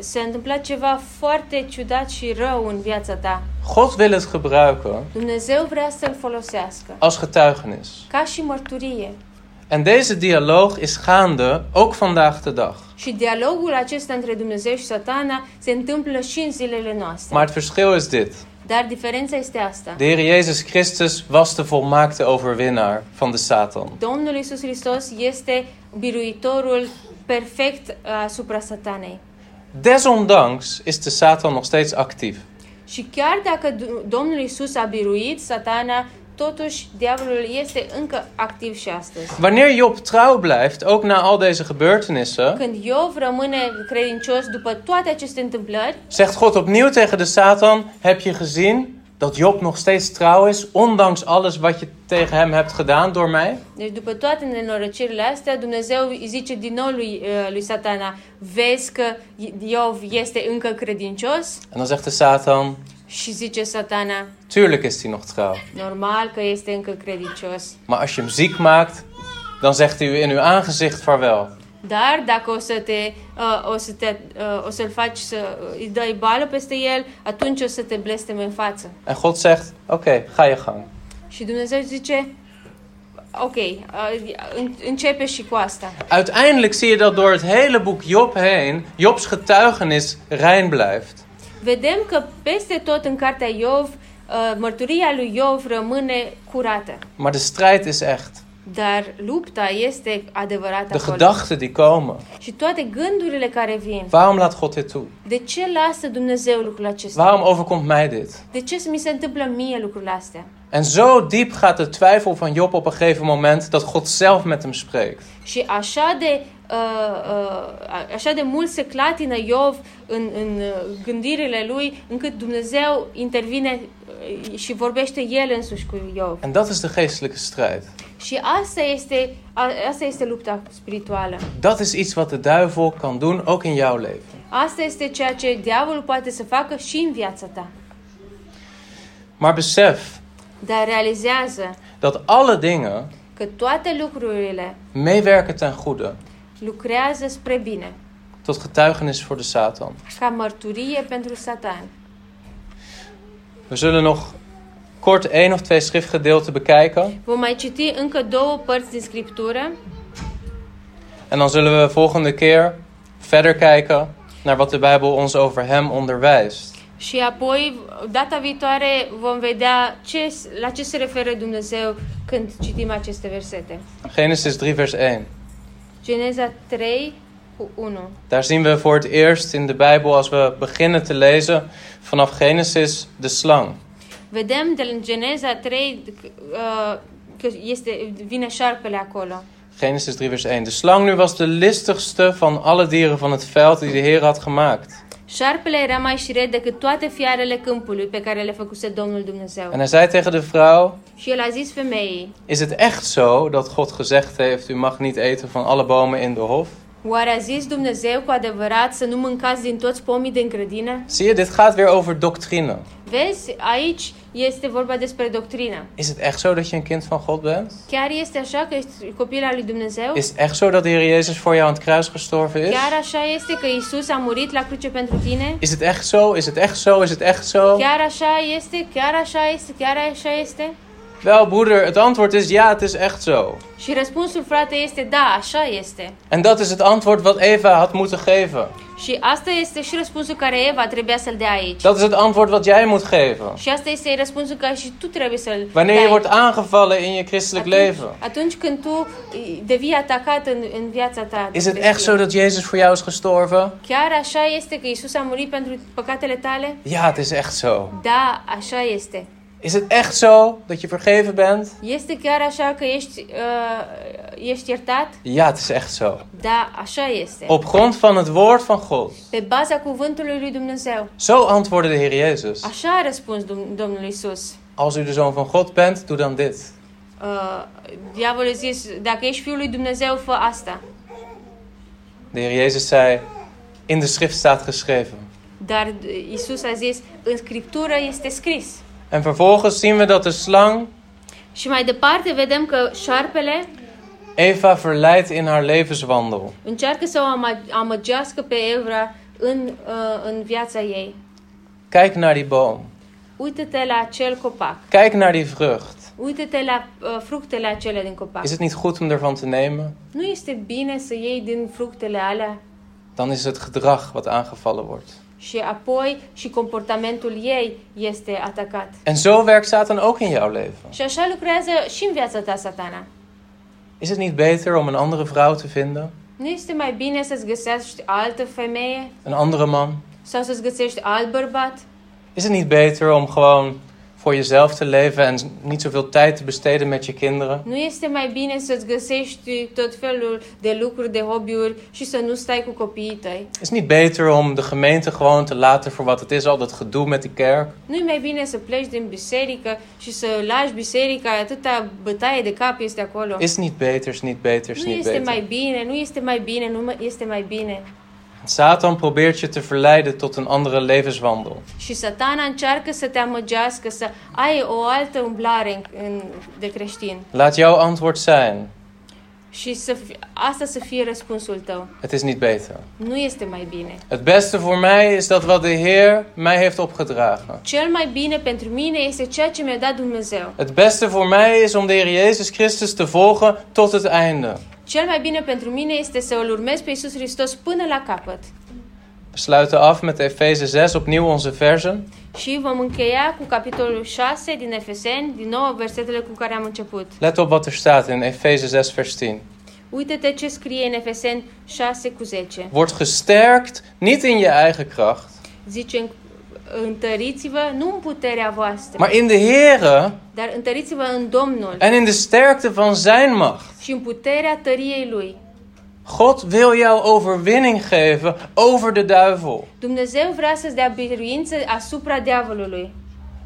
[SPEAKER 2] se întâmpla ceva foarte ciudat și rău în viața ta.
[SPEAKER 1] God wil het gebruiken
[SPEAKER 2] Dumnezeu vrea să-l folosească
[SPEAKER 1] als getuigenis.
[SPEAKER 2] ca și mărturie.
[SPEAKER 1] En deze dialoog is gaande ook vandaag de dag.
[SPEAKER 2] Și dialogul acesta între Dumnezeu și satana se întâmplă și în zilele noastre.
[SPEAKER 1] Maar het verschil is dit.
[SPEAKER 2] Dar diferența este asta.
[SPEAKER 1] De Heer Jezus Christus was de volmaakte overwinnaar van de Satan.
[SPEAKER 2] Domnul Isus Hristos este biruitorul perfect uh, asupra satanei.
[SPEAKER 1] Desondanks is de Satan nog steeds actief.
[SPEAKER 2] Și chiar dacă D- Domnul Isus a biruit satana, totuși diavolul este încă activ și astăzi.
[SPEAKER 1] Wanneer Job trouw blijft, ook na al deze gebeurtenissen,
[SPEAKER 2] Când Iov rămâne credincios după toate aceste întâmplări,
[SPEAKER 1] zegt God opnieuw tegen de Satan: Heb je gezien dat Job nog steeds trouw is, ondanks alles wat je tegen hem hebt gedaan door mij?
[SPEAKER 2] deci după toate nenorocirile astea, Dumnezeu îi zice din nou lui, uh, lui satana, vezi că I- Iov este încă credincios?
[SPEAKER 1] En dan zegt de Satan:
[SPEAKER 2] Și zice satana,
[SPEAKER 1] Tuurlijk is hij nog trouw.
[SPEAKER 2] normal că este încă credincios.
[SPEAKER 1] Maar als je hem ziek maakt, dan zegt hij u in uw aangezicht vaarwel.
[SPEAKER 2] Dar dacă o să te, uh, o să te, uh, o să-l faci să uh, îi dai bală peste el, atunci o să te blesteme în față.
[SPEAKER 1] En God zegt: Oké, ga je gang.
[SPEAKER 2] Și Dumnezeu zice, ok, uh, în- începe și cu asta.
[SPEAKER 1] Uiteindelijk zie je dat door het hele boek Job heen Jobs getuigenis rein blijft.
[SPEAKER 2] Vedem că peste tot în cartea Iov, uh, mărturia lui Iov rămâne curată.
[SPEAKER 1] Maar de strijd is echt.
[SPEAKER 2] Dar lupta este adevărată
[SPEAKER 1] De
[SPEAKER 2] acolo.
[SPEAKER 1] gedachten die komen.
[SPEAKER 2] Și toate gândurile care vin.
[SPEAKER 1] Waarom laat God dit toe?
[SPEAKER 2] De ce lasă Dumnezeu lucrul acesta?
[SPEAKER 1] Waarom overkomt mij dit?
[SPEAKER 2] De ce mi se întâmplă mie lucrurile astea?
[SPEAKER 1] En zo diep gaat de twijfel van Job op een gegeven moment dat God zelf met hem spreekt.
[SPEAKER 2] Și așa de, uh, uh, așa de mult se clatină Iov în, în uh, gândirile lui, încât Dumnezeu intervine uh, și vorbește El însuși cu Iov.
[SPEAKER 1] En dat is de geestelijke strijd.
[SPEAKER 2] Și asta este, a, asta este lupta spirituală.
[SPEAKER 1] Dat is iets wat de duivel kan doen, ook in jouw leven.
[SPEAKER 2] Asta este ceea ce diavolul poate să facă și în viața ta.
[SPEAKER 1] Maar besef
[SPEAKER 2] Dar realizează
[SPEAKER 1] dat alle dingen
[SPEAKER 2] că toate lucrurile
[SPEAKER 1] meewerken ten goede.
[SPEAKER 2] lucrează spre bine,
[SPEAKER 1] Tot getuigenis voor de Satan.
[SPEAKER 2] ca mărturie pentru Satan.
[SPEAKER 1] We zullen nog kort één of twee schriftgedeelten bekijken.
[SPEAKER 2] Vom mai citi încă două părți din scriptură
[SPEAKER 1] En dan zullen we volgende keer verder kijken naar wat de Bijbel ons over hem onderwijst.
[SPEAKER 2] și apoi, data viitoare, vom vedea ce, la ce se referă Dumnezeu când citim aceste versete.
[SPEAKER 1] Genesis 3, vers 1.
[SPEAKER 2] Geneza 3 cu 1.
[SPEAKER 1] Daar zien we voor het eerst in de Bijbel, als we beginnen te lezen, vanaf Genesis de slang.
[SPEAKER 2] Vedem de la Geneza 3 că, uh, că este, vine șarpele acolo.
[SPEAKER 1] Genesis 3, vers 1. De slang nu was de listigste van alle dieren van het veld die de Heer had gemaakt.
[SPEAKER 2] Șarpele era mai șiret decât toate fiarele câmpului pe care le făcuse Domnul Dumnezeu.
[SPEAKER 1] En hij zei tegen de vrouw:
[SPEAKER 2] Și el a zis femeii,
[SPEAKER 1] Is het echt zo dat God gezegd heeft: U mag niet eten van alle bomen in de hof?
[SPEAKER 2] oare a zis Dumnezeu cu adevărat să nu mâncați din toți pomii din grădină?
[SPEAKER 1] Zie je, dit gaat weer over doctrine.
[SPEAKER 2] Vezi, aici este vorba despre doctrină.
[SPEAKER 1] Is het echt zo dat je een kind van God bent?
[SPEAKER 2] Chiar este așa că ești copil al lui Dumnezeu?
[SPEAKER 1] Is het echt zo dat de Heer Jezus voor jou aan het kruis gestorven is?
[SPEAKER 2] Chiar așa este că Isus a murit la cruce pentru tine?
[SPEAKER 1] Is het echt zo? Is het echt zo? Is het echt zo?
[SPEAKER 2] Chiar așa este? Chiar așa este? Chiar așa este?
[SPEAKER 1] Wel, broeder, het antwoord is ja, het is echt zo.
[SPEAKER 2] Și răspunsul, frate, este da, așa este.
[SPEAKER 1] En dat is het antwoord wat Eva had moeten geven.
[SPEAKER 2] Și asta este și răspunsul care Eva trebuia să-l dea aici.
[SPEAKER 1] Dat is het antwoord wat jij moet geven.
[SPEAKER 2] Și asta este răspunsul care și tu trebuie să-l
[SPEAKER 1] Wanneer
[SPEAKER 2] dai.
[SPEAKER 1] je wordt aangevallen in je christelijk leven.
[SPEAKER 2] atunci, atunci când tu e, devii atacat în, în viața ta.
[SPEAKER 1] Is
[SPEAKER 2] de
[SPEAKER 1] het echt
[SPEAKER 2] creștin.
[SPEAKER 1] zo dat Jezus voor jou is gestorven?
[SPEAKER 2] Chiar așa este că Isus a murit pentru păcatele tale?
[SPEAKER 1] Ja, het is echt zo.
[SPEAKER 2] Da, așa este.
[SPEAKER 1] Is het echt zo dat je vergeven bent?
[SPEAKER 2] Este chiar așa că ești, uh, ești iertat?
[SPEAKER 1] Ja, het is echt zo.
[SPEAKER 2] Da, așa este.
[SPEAKER 1] Op grond van het woord van God.
[SPEAKER 2] Pe baza cuvântului lui Dumnezeu.
[SPEAKER 1] Zo antwoordde de Heer Jezus.
[SPEAKER 2] Așa a răspuns Dum- Domnul Isus.
[SPEAKER 1] Als u de zoon van God bent, doe dan dit.
[SPEAKER 2] Uh, diavolul a zis, dacă ești fiul lui Dumnezeu, fă asta.
[SPEAKER 1] De Heer Jezus zei, in de schrift staat geschreven.
[SPEAKER 2] Dar Isus a zis, în Scriptură este scris.
[SPEAKER 1] En vervolgens zien we dat de slang
[SPEAKER 2] Și mai departe vedem că șarpele
[SPEAKER 1] Eva verleidt in haar levenswandel.
[SPEAKER 2] încearcă să o ama- amăgească pe Evra în, uh, în viața ei.
[SPEAKER 1] Kijk naar die boom.
[SPEAKER 2] Uită-te la acel copac.
[SPEAKER 1] Kijk naar die vrucht.
[SPEAKER 2] Uită-te la uh, fructele acelea din copac.
[SPEAKER 1] Is het niet goed om ervan te nemen?
[SPEAKER 2] Nu este bine să iei din fructele alea
[SPEAKER 1] Dan is het gedrag wat aangevallen wordt.
[SPEAKER 2] și apoi și comportamentul ei este atacat.
[SPEAKER 1] En zo werkt Satan ook in jouw leven.
[SPEAKER 2] Și așa lucrează și în viața ta, satana.
[SPEAKER 1] Is het niet beter om een andere vrouw te vinden?
[SPEAKER 2] Nu este mai bine să-ți găsești altă femeie
[SPEAKER 1] Een andere man?
[SPEAKER 2] sau să-ți găsești alt bărbat?
[SPEAKER 1] Is het niet beter om gewoon voor jezelf te leven en niet zoveel tijd te besteden met je kinderen?
[SPEAKER 2] Nu este mai bine să-ți găsești tot felul de lucruri, de hobby-uri și să nu stai cu copiii tăi?
[SPEAKER 1] Is het niet beter om de gemeente gewoon te laten voor wat het is, al dat gedoe met de kerk?
[SPEAKER 2] Nu e mai bine să pleci din biserică și să lași biserica, atâta bătaie de cap este acolo?
[SPEAKER 1] Is het niet beter, is het niet beter, is
[SPEAKER 2] Nu
[SPEAKER 1] het niet
[SPEAKER 2] este mai
[SPEAKER 1] beter?
[SPEAKER 2] bine, nu este mai bine, nu mai- este mai bine.
[SPEAKER 1] Satan probeert je te verleiden tot een andere levenswandel.
[SPEAKER 2] Și satana încearcă să te amăgească, să ai o altă umblare în, în, de creștin.
[SPEAKER 1] Laat jouw antwoord zijn:
[SPEAKER 2] Și să fi, asta să fie răspunsul tău.
[SPEAKER 1] het is niet beter.
[SPEAKER 2] Nu este mai bine.
[SPEAKER 1] Het beste voor mij is dat wat de Heer mij heeft opgedragen.
[SPEAKER 2] Cel mai bine pentru mine este ceea ce mi-a dat Dumnezeu.
[SPEAKER 1] Het beste voor mij is om de Heer Jezus Christus te volgen tot het einde.
[SPEAKER 2] Cel mai bine pentru mine este să îl urmez pe Iisus Hristos până la capăt.
[SPEAKER 1] We sluiten af met Efeze 6, opnieuw onze versen.
[SPEAKER 2] Și vom încheia cu capitolul 6 din Efeseni, din nou versetele cu care am început.
[SPEAKER 1] Let op wat er staat in Efeze 6, vers 10.
[SPEAKER 2] Uită-te ce scrie în Efeseni 6 cu 10.
[SPEAKER 1] Word gesterkt, niet in je eigen kracht,
[SPEAKER 2] Zice, întăriți-vă nu în puterea voastră,
[SPEAKER 1] maar in de Here
[SPEAKER 2] dar întăriți-vă în Domnul
[SPEAKER 1] en in de sterkte van Zijn macht.
[SPEAKER 2] și în puterea tăriei Lui.
[SPEAKER 1] God wil jou overwinning geven over de duivel.
[SPEAKER 2] Dumnezeu vrea să-ți dea biruință asupra diavolului.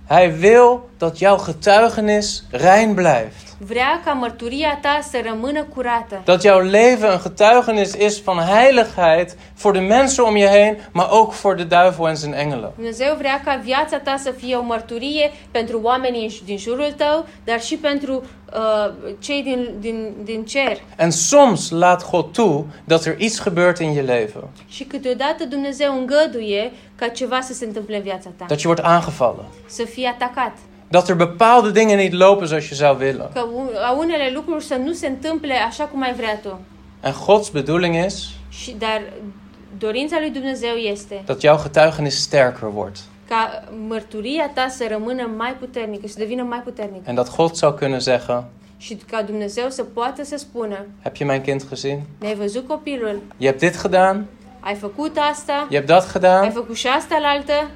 [SPEAKER 1] Hij wil dat jouw getuigenis rein blijft.
[SPEAKER 2] Vrea ca mărturia ta să rămână curată.
[SPEAKER 1] Dat jouw leven een getuigenis is van heiligheid voor de mensen om je heen, maar ook voor de duivel en zijn engelen.
[SPEAKER 2] Dumnezeu vrea ca viața ta să fie o mărturie pentru oamenii în- din jurul tău, dar și pentru uh, cei din, din, din cer.
[SPEAKER 1] En soms laat God toe dat er iets gebeurt in je leven.
[SPEAKER 2] Și câteodată Dumnezeu îngăduie ca ceva să se întâmple în viața ta,
[SPEAKER 1] Dat je wordt aangevallen.
[SPEAKER 2] să fii atacat,
[SPEAKER 1] Dat er bepaalde dingen niet lopen zoals je zou willen.
[SPEAKER 2] că u- a unele lucruri să nu se întâmple așa cum ai vrea tu.
[SPEAKER 1] En Gods bedoeling is
[SPEAKER 2] Și, dar dorința lui Dumnezeu este
[SPEAKER 1] dat jouw getuigenis sterker wordt.
[SPEAKER 2] ca mărturia ta să rămână mai puternică, să devină mai puternică.
[SPEAKER 1] En dat God zou kunnen zeggen:
[SPEAKER 2] Și ca Dumnezeu să poată să spună,
[SPEAKER 1] Heb je mijn kind gezien?
[SPEAKER 2] ne-ai văzut copilul,
[SPEAKER 1] Je hebt dit gedaan,
[SPEAKER 2] ai făcut asta,
[SPEAKER 1] je hebt dat
[SPEAKER 2] Ai
[SPEAKER 1] gedaan,
[SPEAKER 2] făcut și asta la altă,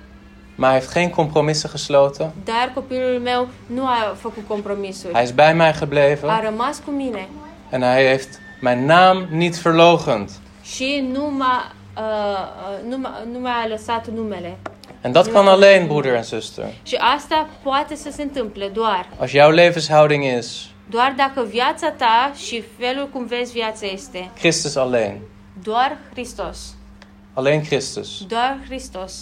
[SPEAKER 1] maar hij heeft geen compromissen gesloten.
[SPEAKER 2] dar copilul meu nu a făcut compromisuri.
[SPEAKER 1] Hij is bij mij
[SPEAKER 2] A
[SPEAKER 1] gebleven
[SPEAKER 2] rămas cu mine
[SPEAKER 1] en hij heeft mijn naam niet verlogend.
[SPEAKER 2] și nu m-a, uh, uh, nu, m-a, nu m-a lăsat numele.
[SPEAKER 1] En dat kan alleen, broeder en zuster,
[SPEAKER 2] Și asta poate să se întâmple doar.
[SPEAKER 1] als jouw levenshouding is
[SPEAKER 2] Doar dacă viața ta și felul cum vezi viața este.
[SPEAKER 1] Christus alleen.
[SPEAKER 2] Doar Hristos.
[SPEAKER 1] Alleen Christus.
[SPEAKER 2] Doar Hristos.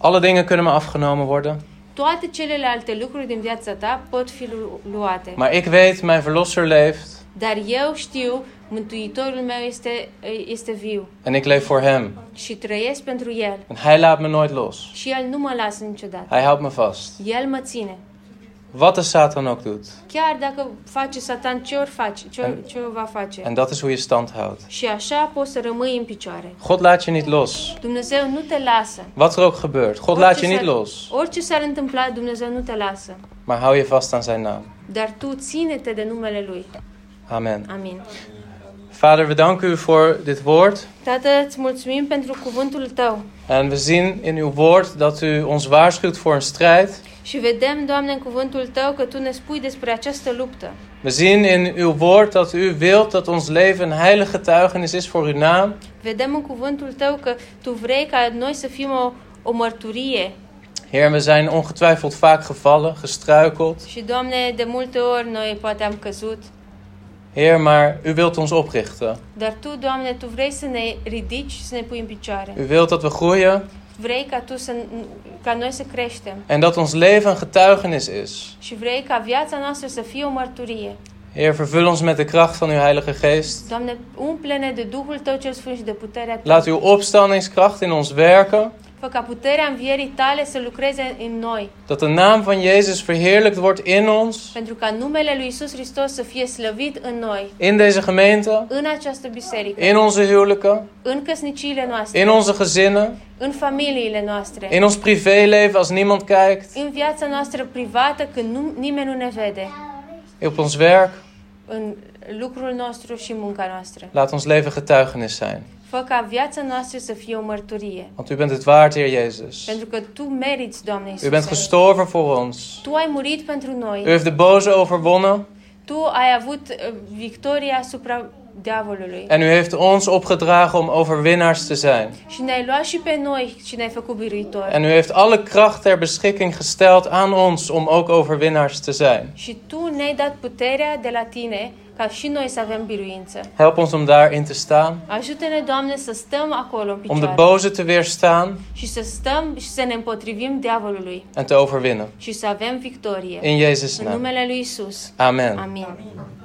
[SPEAKER 1] Alle dingen kunnen me afgenomen worden,
[SPEAKER 2] Toate celelalte lucruri din viața ta pot fi lu- luate.
[SPEAKER 1] maar ik weet, mijn verlosser leeft
[SPEAKER 2] Dar eu știu, Mântuitorul meu este, este viu
[SPEAKER 1] en ik leef voor hem.
[SPEAKER 2] și trăiesc pentru El.
[SPEAKER 1] En hij laat me nooit los.
[SPEAKER 2] Și El nu mă lasă niciodată.
[SPEAKER 1] Hij houdt me vast.
[SPEAKER 2] El mă ține.
[SPEAKER 1] Wat de Satan ook doet.
[SPEAKER 2] Chiar dacă face Satan ce ori face, ce, ori, ce ori va face.
[SPEAKER 1] En dat is hoe je stand houdt.
[SPEAKER 2] Și așa poți să rămâi în picioare.
[SPEAKER 1] God laat je niet los.
[SPEAKER 2] Dumnezeu nu te lasă.
[SPEAKER 1] Wat er ook gebeurt. God laat je niet los.
[SPEAKER 2] orice s-ar întâmpla, Dumnezeu nu te lasă.
[SPEAKER 1] Maar hou je vast aan zijn naam.
[SPEAKER 2] Dar tu ține-te de numele Lui.
[SPEAKER 1] Amen.
[SPEAKER 2] Amin.
[SPEAKER 1] Vader, we danken u voor dit woord.
[SPEAKER 2] Tată, îți mulțumim pentru cuvântul Tău.
[SPEAKER 1] En we zien in uw woord dat u ons waarschuwt voor een strijd.
[SPEAKER 2] Și vedem, Doamne, în cuvântul Tău că Tu ne spui despre această luptă.
[SPEAKER 1] We zien in uw woord dat u wilt dat ons leven een heilige getuigenis is voor uw naam.
[SPEAKER 2] Vedem în cuvântul Tău că Tu vrei ca noi să fim o, o mărturie.
[SPEAKER 1] Heer, we zijn ongetwijfeld vaak gevallen, gestruikeld.
[SPEAKER 2] Și, Doamne, de multe ori noi poate am căzut,
[SPEAKER 1] Heer, maar u wilt ons oprichten.
[SPEAKER 2] dar Tu, Doamne, Tu vrei să ne ridici și să ne pui în picioare.
[SPEAKER 1] U wilt dat we groeien
[SPEAKER 2] Vrei ca, tu să, ca noi să creștem
[SPEAKER 1] en dat ons leven een getuigenis is.
[SPEAKER 2] și vrei ca viața noastră să fie o mărturie.
[SPEAKER 1] Heer, vervul ons met de kracht van uw Heilige Geest.
[SPEAKER 2] Doamne, umple-ne de Duhul Tău cel Sfânt și de puterea Ta.
[SPEAKER 1] Laat uw opstandingskracht in ons werken.
[SPEAKER 2] Fă ca puterea învierii Tale să lucreze în noi,
[SPEAKER 1] Dat de naam van Jezus verheerlijkt wordt in ons,
[SPEAKER 2] pentru ca numele Lui Isus Hristos să fie slăvit în noi,
[SPEAKER 1] in deze gemeente,
[SPEAKER 2] în această biserică,
[SPEAKER 1] in onze huwelijken,
[SPEAKER 2] în căsniciile noastre,
[SPEAKER 1] in onze gezinnen,
[SPEAKER 2] în familiile noastre,
[SPEAKER 1] in ons privéleven als niemand kijkt,
[SPEAKER 2] în viața noastră privată când nu, nimeni nu ne vede,
[SPEAKER 1] op ons werk.
[SPEAKER 2] în lucrul nostru și munca noastră.
[SPEAKER 1] Laat ons leven getuigenis zijn.
[SPEAKER 2] Fă ca viața noastră să fie o mărturie,
[SPEAKER 1] Want u bent het waard, Heer Jezus.
[SPEAKER 2] pentru că Tu meriți, Doamne
[SPEAKER 1] U bent
[SPEAKER 2] Iisuse.
[SPEAKER 1] gestorven voor ons.
[SPEAKER 2] Tu ai murit pentru noi.
[SPEAKER 1] U heeft de boze overwonnen
[SPEAKER 2] Tu ai avut uh, victoria asupra diavolului
[SPEAKER 1] en u heeft ons opgedragen om overwinnaars te zijn.
[SPEAKER 2] și ne-ai luat și pe noi și ne-ai făcut biruitori.
[SPEAKER 1] En u heeft alle kracht ter beschikking gesteld aan ons om ook overwinnaars te zijn.
[SPEAKER 2] Și Tu ne-ai dat puterea de la Tine ca și noi să avem biruință.
[SPEAKER 1] Help ons om daarin te staan,
[SPEAKER 2] Ajută-ne, Doamne, să stăm acolo în
[SPEAKER 1] om de
[SPEAKER 2] picioare
[SPEAKER 1] boze te weerstaan
[SPEAKER 2] și să stăm și să ne împotrivim diavolului
[SPEAKER 1] en te overwinnen.
[SPEAKER 2] și să avem victorie.
[SPEAKER 1] In Jezus'
[SPEAKER 2] În
[SPEAKER 1] naam.
[SPEAKER 2] numele Lui Isus.
[SPEAKER 1] Amen.
[SPEAKER 2] Amin.